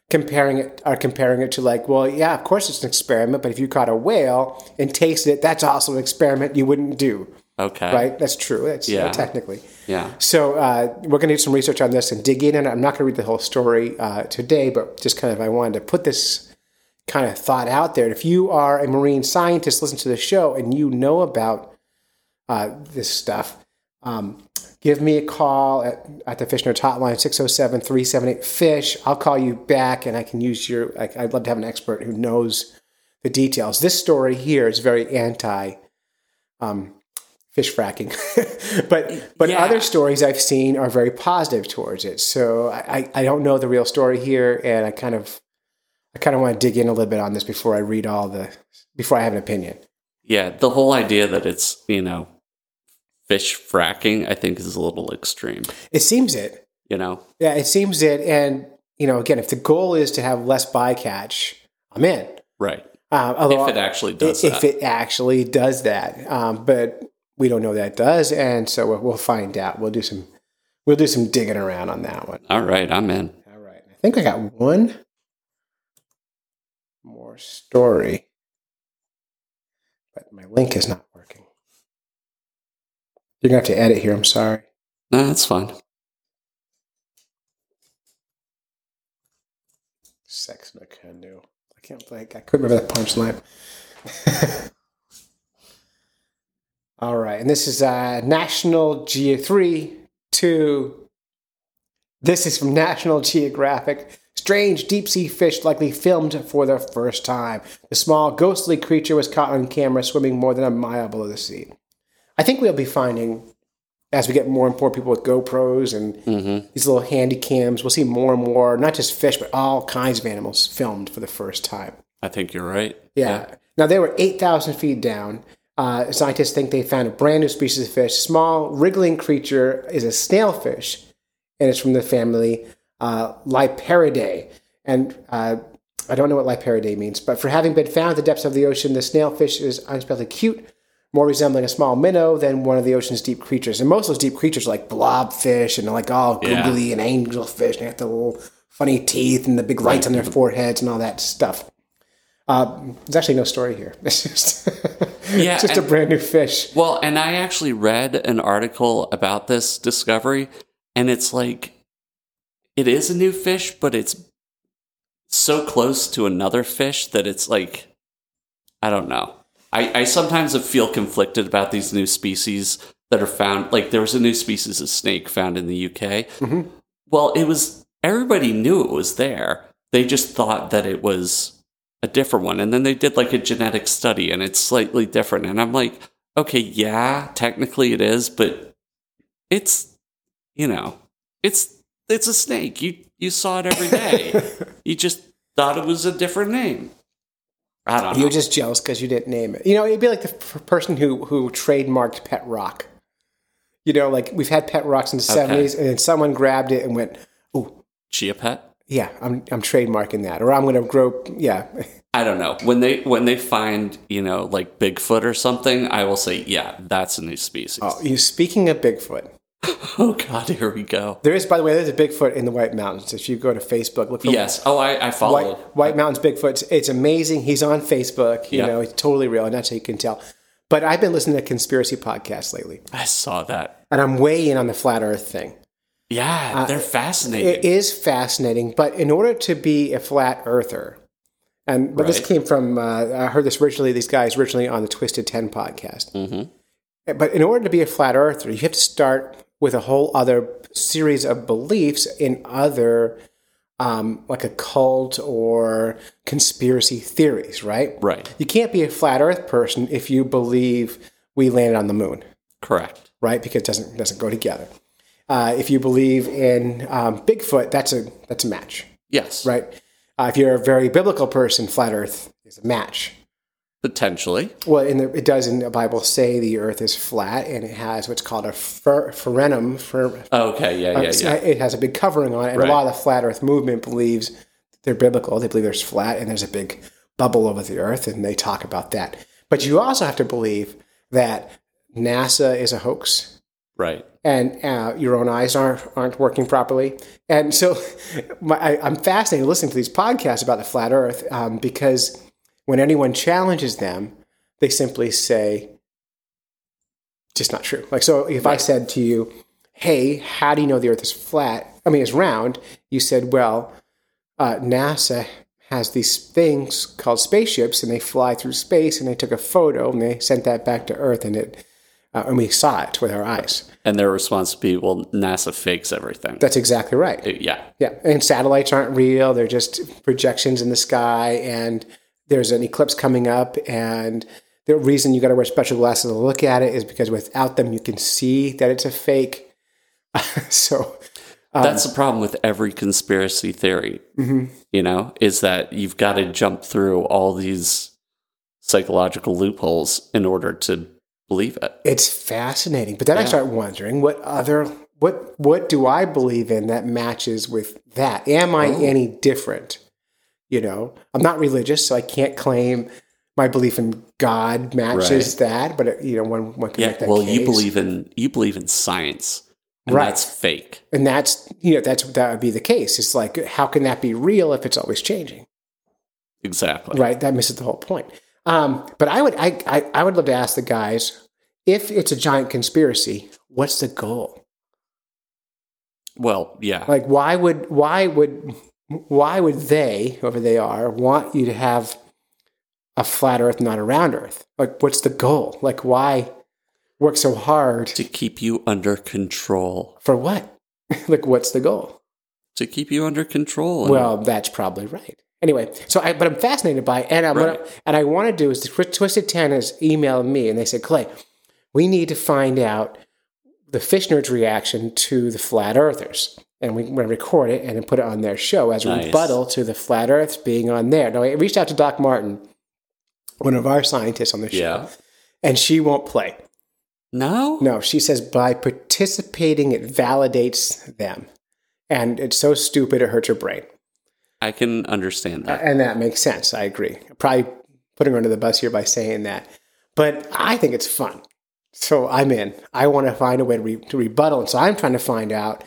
A: comparing it are comparing it to like, well, yeah, of course it's an experiment, but if you caught a whale and tasted it, that's also an experiment you wouldn't do,
B: okay.
A: right? That's true. That's
B: Yeah.
A: technically.
B: Yeah.
A: So uh, we're going to do some research on this and dig in. And I'm not going to read the whole story uh, today, but just kind of I wanted to put this kind of thought out there. If you are a marine scientist, listen to the show, and you know about uh, this stuff, um, give me a call at, at the Fishnet hotline, 607-378-FISH. I'll call you back, and I can use your I, I'd love to have an expert who knows the details. This story here is very anti um, fish fracking. but but
B: Yeah.
A: other stories I've seen are very positive towards it. So I, I, I don't know the real story here, and I kind of I kind of want to dig in a little bit on this before I read all the before I have an opinion.
B: Yeah. The whole idea that it's you know fish fracking, I think, is a little extreme.
A: It seems it.
B: You know.
A: Yeah, it seems it. And you know, again, if the goal is to have less bycatch, I'm in.
B: Right.
A: Uh, although
B: if it actually does
A: if
B: that.
A: it actually does that. Um, but we don't know that it does, and so we'll, we'll find out. We'll do some we'll do some digging around on that one.
B: All right. I'm in.
A: All right. I think I got one more story, but my link is not working. You're going to have to edit here. I'm sorry.
B: No, that's fine.
A: Sex in a canoe. I can't think. I couldn't remember that punchline. All right. And this is uh, National Geo 3 2. This is from National Geographic. Strange deep sea fish likely filmed for the first time. The small ghostly creature was caught on camera swimming more than a mile below the sea. I think we'll be finding, as we get more and more people with GoPros and
B: Mm-hmm.
A: these little handy cams. We'll see more and more, not just fish, but all kinds of animals filmed for the first time.
B: I think you're right.
A: Yeah. Now they were 8,000 feet down. Uh, scientists think they found a brand new species of fish. Small wriggling creature is a snailfish, and it's from the family uh, Liparidae. And uh, I don't know what Liparidae means, but for having been found at the depths of the ocean, the snailfish is unexpectedly cute, more resembling a small minnow than one of the ocean's deep creatures. And most of those deep creatures are like blobfish and like all
B: Yeah.
A: googly and angelfish, and they have the little funny teeth and the big lights on their foreheads and all that stuff. Um, there's actually no story here. It's just,
B: Yeah,
A: it's just a
B: and-
A: brand new fish.
B: Well, and I actually read an article about this discovery, and it's like it is a new fish, but it's so close to another fish that it's like I don't know. I, I sometimes feel conflicted about these new species that are found. Like there was a new species of snake found in the UK.
A: Mhm.
B: Well, it was everybody knew it was there. They just thought that it was a different one, and then they did like a genetic study, and it's slightly different. And I'm like, okay, yeah, technically it is, but it's you know, it's it's a snake. You you saw it every day. you just thought it was a different name. I don't know.
A: You're just jealous because you didn't name it. You know, it'd be like the f- person who who trademarked Pet Rock. You know, like we've had Pet Rocks in the
B: Okay.
A: '70s, and then someone grabbed it and went,
B: Chia pet.
A: "Yeah, I'm I'm trademarking that," or "I'm going to grow." Yeah,
B: I don't know. When they when they find, you know, like Bigfoot or something, I will say, yeah, that's a new species.
A: oh, you speaking of Bigfoot,
B: Oh God, here we go.
A: There is, by the way, there's a Bigfoot in the White Mountains. If you go to Facebook, look for
B: Yes. Oh, I, I
A: White,
B: followed.
A: White Mountains Bigfoot. It's, it's amazing. He's on Facebook. You
B: Yeah.
A: know, it's totally real, and that's how you can tell. But I've been listening to conspiracy podcasts lately,
B: I saw that.
A: and I'm way in on the flat Earth thing.
B: Yeah, they're fascinating.
A: Uh, It is fascinating, but in order to be a flat earther, and but this
B: Right.
A: came from uh, I heard this originally these guys originally on the Twisted Ten podcast. But in order to be a flat earther, you have to start with a whole other series of beliefs in other, um, like a cult or conspiracy theories, right?
B: right.
A: You can't be a flat Earth person if you believe we landed on the moon
B: Correct.
A: right? Because it doesn't doesn't go together. Uh, if you believe in um, Bigfoot, that's a that's a match,
B: Yes.
A: right? Uh, if you're a very biblical person, flat Earth is a match.
B: Potentially.
A: Well, in the, it does in the Bible say the Earth is flat and it has what's called a fer, ferenum. Fer,
B: Okay. Yeah. Yeah. Yeah.
A: It has a big covering on it, and
B: Right.
A: a lot of the flat Earth movement believes they're biblical. They believe there's flat and there's a big bubble over the Earth, and they talk about that. But you also have to believe that NASA is a hoax
B: Right.
A: and uh, your own eyes aren't aren't working properly. And so, my, I, I'm fascinated listening to these podcasts about the flat Earth um, because when anyone challenges them, they simply say, "Just not true." Like so, if I said to you, "Hey, how do you know the Earth is flat? I mean, it's round," you said, "Well, uh, NASA." Has these things called spaceships, and they fly through space, and they took a photo, and they sent that back to Earth, and it, uh, and we saw it with our eyes.
B: And their response would be, "Well, NASA fakes everything."
A: That's exactly right.
B: yeah.
A: Yeah. And satellites aren't real. They're just projections in the sky. And there's an eclipse coming up. And the reason you got to wear special glasses to look at it is because without them, you can see that it's a fake. so, Um,
B: That's the problem with every conspiracy theory,
A: mm-hmm.
B: you know, is that you've got to jump through all these psychological loopholes in order to believe it.
A: It's fascinating. But then I start wondering what other what what do I believe in that matches with that? Am I
B: Oh.
A: any different? You know, I'm not religious, so I can't claim my belief in God matches that. But you know, one one can
B: Yeah.
A: make that
B: Well, you
A: case.
B: believe in you believe in science, and
A: Right.
B: that's fake.
A: and that's you know that's that would be the case. It's like how can that be real if it's always changing?
B: Exactly.
A: Right. That misses the whole point. Um, but I would I, I I would love to ask the guys if it's a giant conspiracy, what's the goal?
B: Well, yeah.
A: like why would why would why would they whoever they are want you to have a flat earth not a round earth like what's the goal like why work so hard
B: to keep you under control.
A: for what like what's the goal
B: To keep you under control.
A: well that's probably right anyway so i but i'm fascinated by it and i what I-
B: Right.
A: and i want to do is the Twi- twisted ten has emailed me and they said clay we need to find out the fish nerds reaction to the flat earthers and we, we're going to record it and then put it on their show as a
B: Nice.
A: rebuttal to the flat earths being on there now i reached out to doc martin one of our scientists on the show
B: yeah.
A: and she won't play
B: No?
A: no she says by participating it validates them and it's so stupid it hurts her brain
B: I can understand that.
A: and that makes sense. I agree. Probably putting her under the bus here by saying that, but I think it's fun. So I'm in. I want to find a way to, re- to rebuttal, and so I'm trying to find out: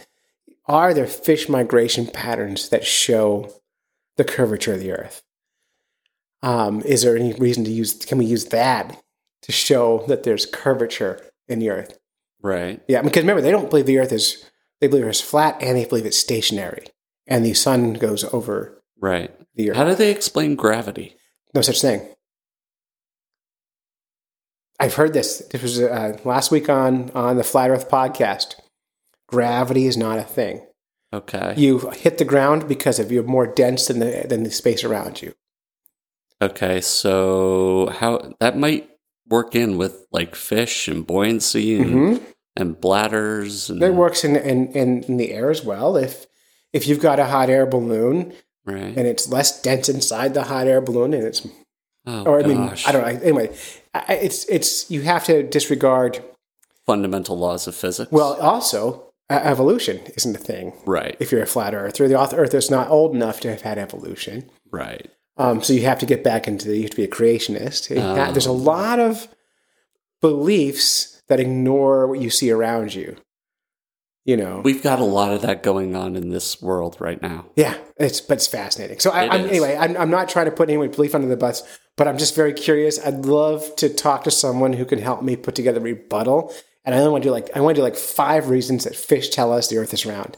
A: are there fish migration patterns that show the curvature of the Earth? Um, is there any reason to use? Can we use that to show that there's curvature in the Earth?
B: right.
A: Yeah, because remember they don't believe the Earth is they believe it's flat, and they believe it's stationary, and the sun goes over
B: Right.
A: the Earth.
B: How do they explain gravity?
A: No such thing. I've heard this. This was uh, last week on on the Flat Earth podcast. Gravity is not a thing.
B: Okay.
A: You hit the ground because of you're more dense than the than the space around you.
B: Okay, so how that might work in with like fish and buoyancy and,
A: Mhm.
B: and bladders and
A: That works in, in in in the air as well. If if you've got a hot air balloon
B: right.
A: and it's less dense inside the hot air balloon and it's
B: oh,
A: or I mean
B: gosh.
A: I don't know anyway I- I- it's it's you have to disregard
B: fundamental laws of physics.
A: well also uh, evolution isn't a thing
B: right,
A: if you're a flat earther. The auth- earth is not old enough to have had evolution.
B: right.
A: Um, so you have to get back into the, you have to be a creationist. You ha- There's a lot of beliefs that ignore what you see around you. you know.
B: We've got a lot of that going on in this world right now.
A: Yeah, it's but it's fascinating. So I,
B: It
A: I'm,
B: is.
A: anyway, I'm, I'm not trying to put anyone belief under the bus, but I'm just very curious. I'd love to talk to someone who can help me put together a rebuttal. And I only want to do like I want to do like five reasons that fish tell us the Earth is round,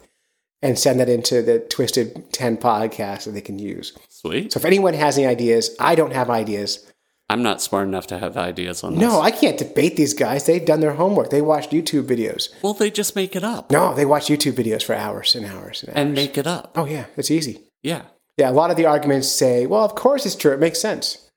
A: and send that into the Twisted Ten podcast that they can use.
B: Sweet.
A: So if anyone has any ideas, I don't have ideas.
B: I'm not smart enough to have ideas on
A: No,
B: this.
A: I can't debate these guys. They've done their homework. They watched YouTube videos.
B: Well, they just make it up
A: No, they watch YouTube videos for hours and hours and hours.
B: and make it up.
A: oh yeah, it's easy.
B: Yeah.
A: Yeah, a lot of the arguments say, well, of course it's true. It makes sense.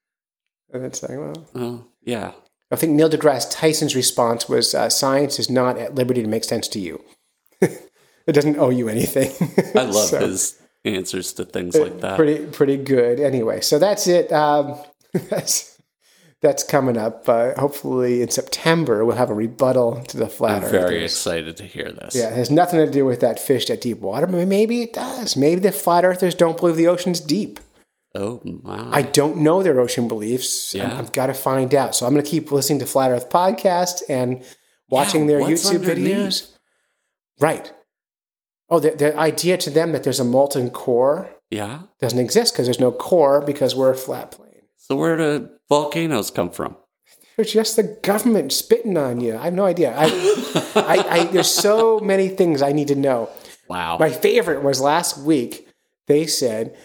A: And it's like, well,
B: Well, yeah.
A: I think Neil deGrasse Tyson's response was uh, science is not at liberty to make sense to you. it doesn't owe you anything.
B: I love
A: So,
B: his answers to things like that.
A: Pretty, pretty good. Anyway, so that's it. Um, that's, that's coming up. Uh, hopefully in September, we'll have a rebuttal to the
B: I'm
A: flat earth.
B: very excited to hear this.
A: Yeah, it has nothing to do with that fish at deep water. but Maybe it does. Maybe the flat earthers don't believe the ocean's deep.
B: Oh my.
A: I don't know their ocean beliefs.
B: Yeah.
A: I, have got to find out. So I'm going to keep listening to Flat Earth podcast and watching
B: Yeah,
A: their
B: what's
A: YouTube
B: underneath?
A: videos. Right. Oh, the, the idea to them that there's a molten core
B: yeah.
A: doesn't exist because there's no core because we're a flat plane.
B: So where do volcanoes come from?
A: It's just the government spitting on you. I have no idea. I, I, I, there's so many things I need to know.
B: Wow.
A: My favorite was last week. They said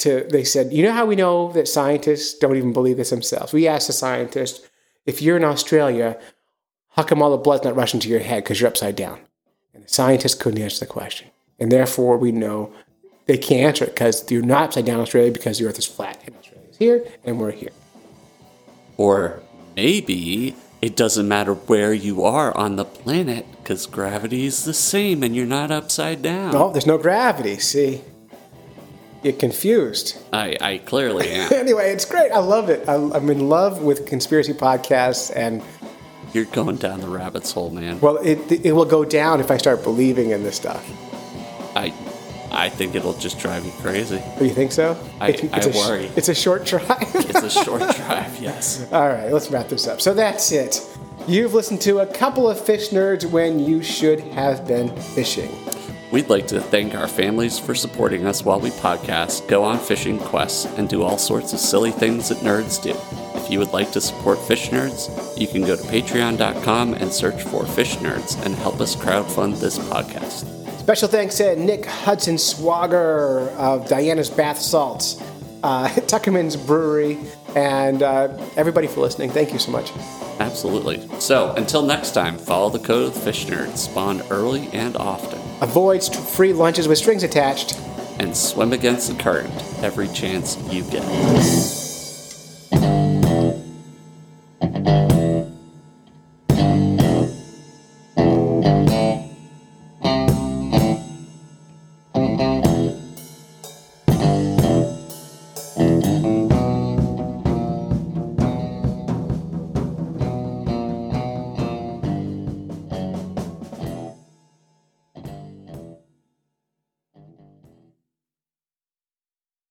A: to they said, you know how we know that scientists don't even believe this themselves. We asked a scientist, if you're in Australia, how come all the blood's not rushing to your head because you're upside down? And the scientist couldn't answer the question, and therefore we know they can't answer it because you're not upside down in Australia because the Earth is flat and Australia is here and we're here.
B: Or maybe it doesn't matter where you are on the planet because gravity is the same and you're not upside down.
A: No, Oh, there's no gravity. See, you're confused.
B: I, I clearly am.
A: Anyway, it's great. I love it. I, I'm in love with conspiracy podcasts and.
B: you're going down the rabbit's hole, man.
A: Well, it, it will go down if I start believing in this stuff.
B: I I think it'll just drive you crazy.
A: Do you think so?
B: I- I
A: a sh-
B: worry.
A: it's a short drive.
B: It's a short drive, yes.
A: All right, let's wrap this up. So that's it. You've listened to a couple of fish nerds when you should have been fishing.
B: We'd like to thank our families for supporting us while we podcast, go on fishing quests, and do all sorts of silly things that nerds do. If you would like to support Fish Nerds, you can go to patreon.com and search for Fish Nerds and help us crowdfund this podcast.
A: Special thanks to Nick Hudson Swagger of Diana's Bath Salts, uh, Tuckerman's Brewery, and uh, everybody for listening. Thank you so much.
B: Absolutely. So, until next time, follow the code of the Fish Nerds, spawn early and often,
A: Avoid st- free lunches with strings attached.
B: and swim against the current every chance you get.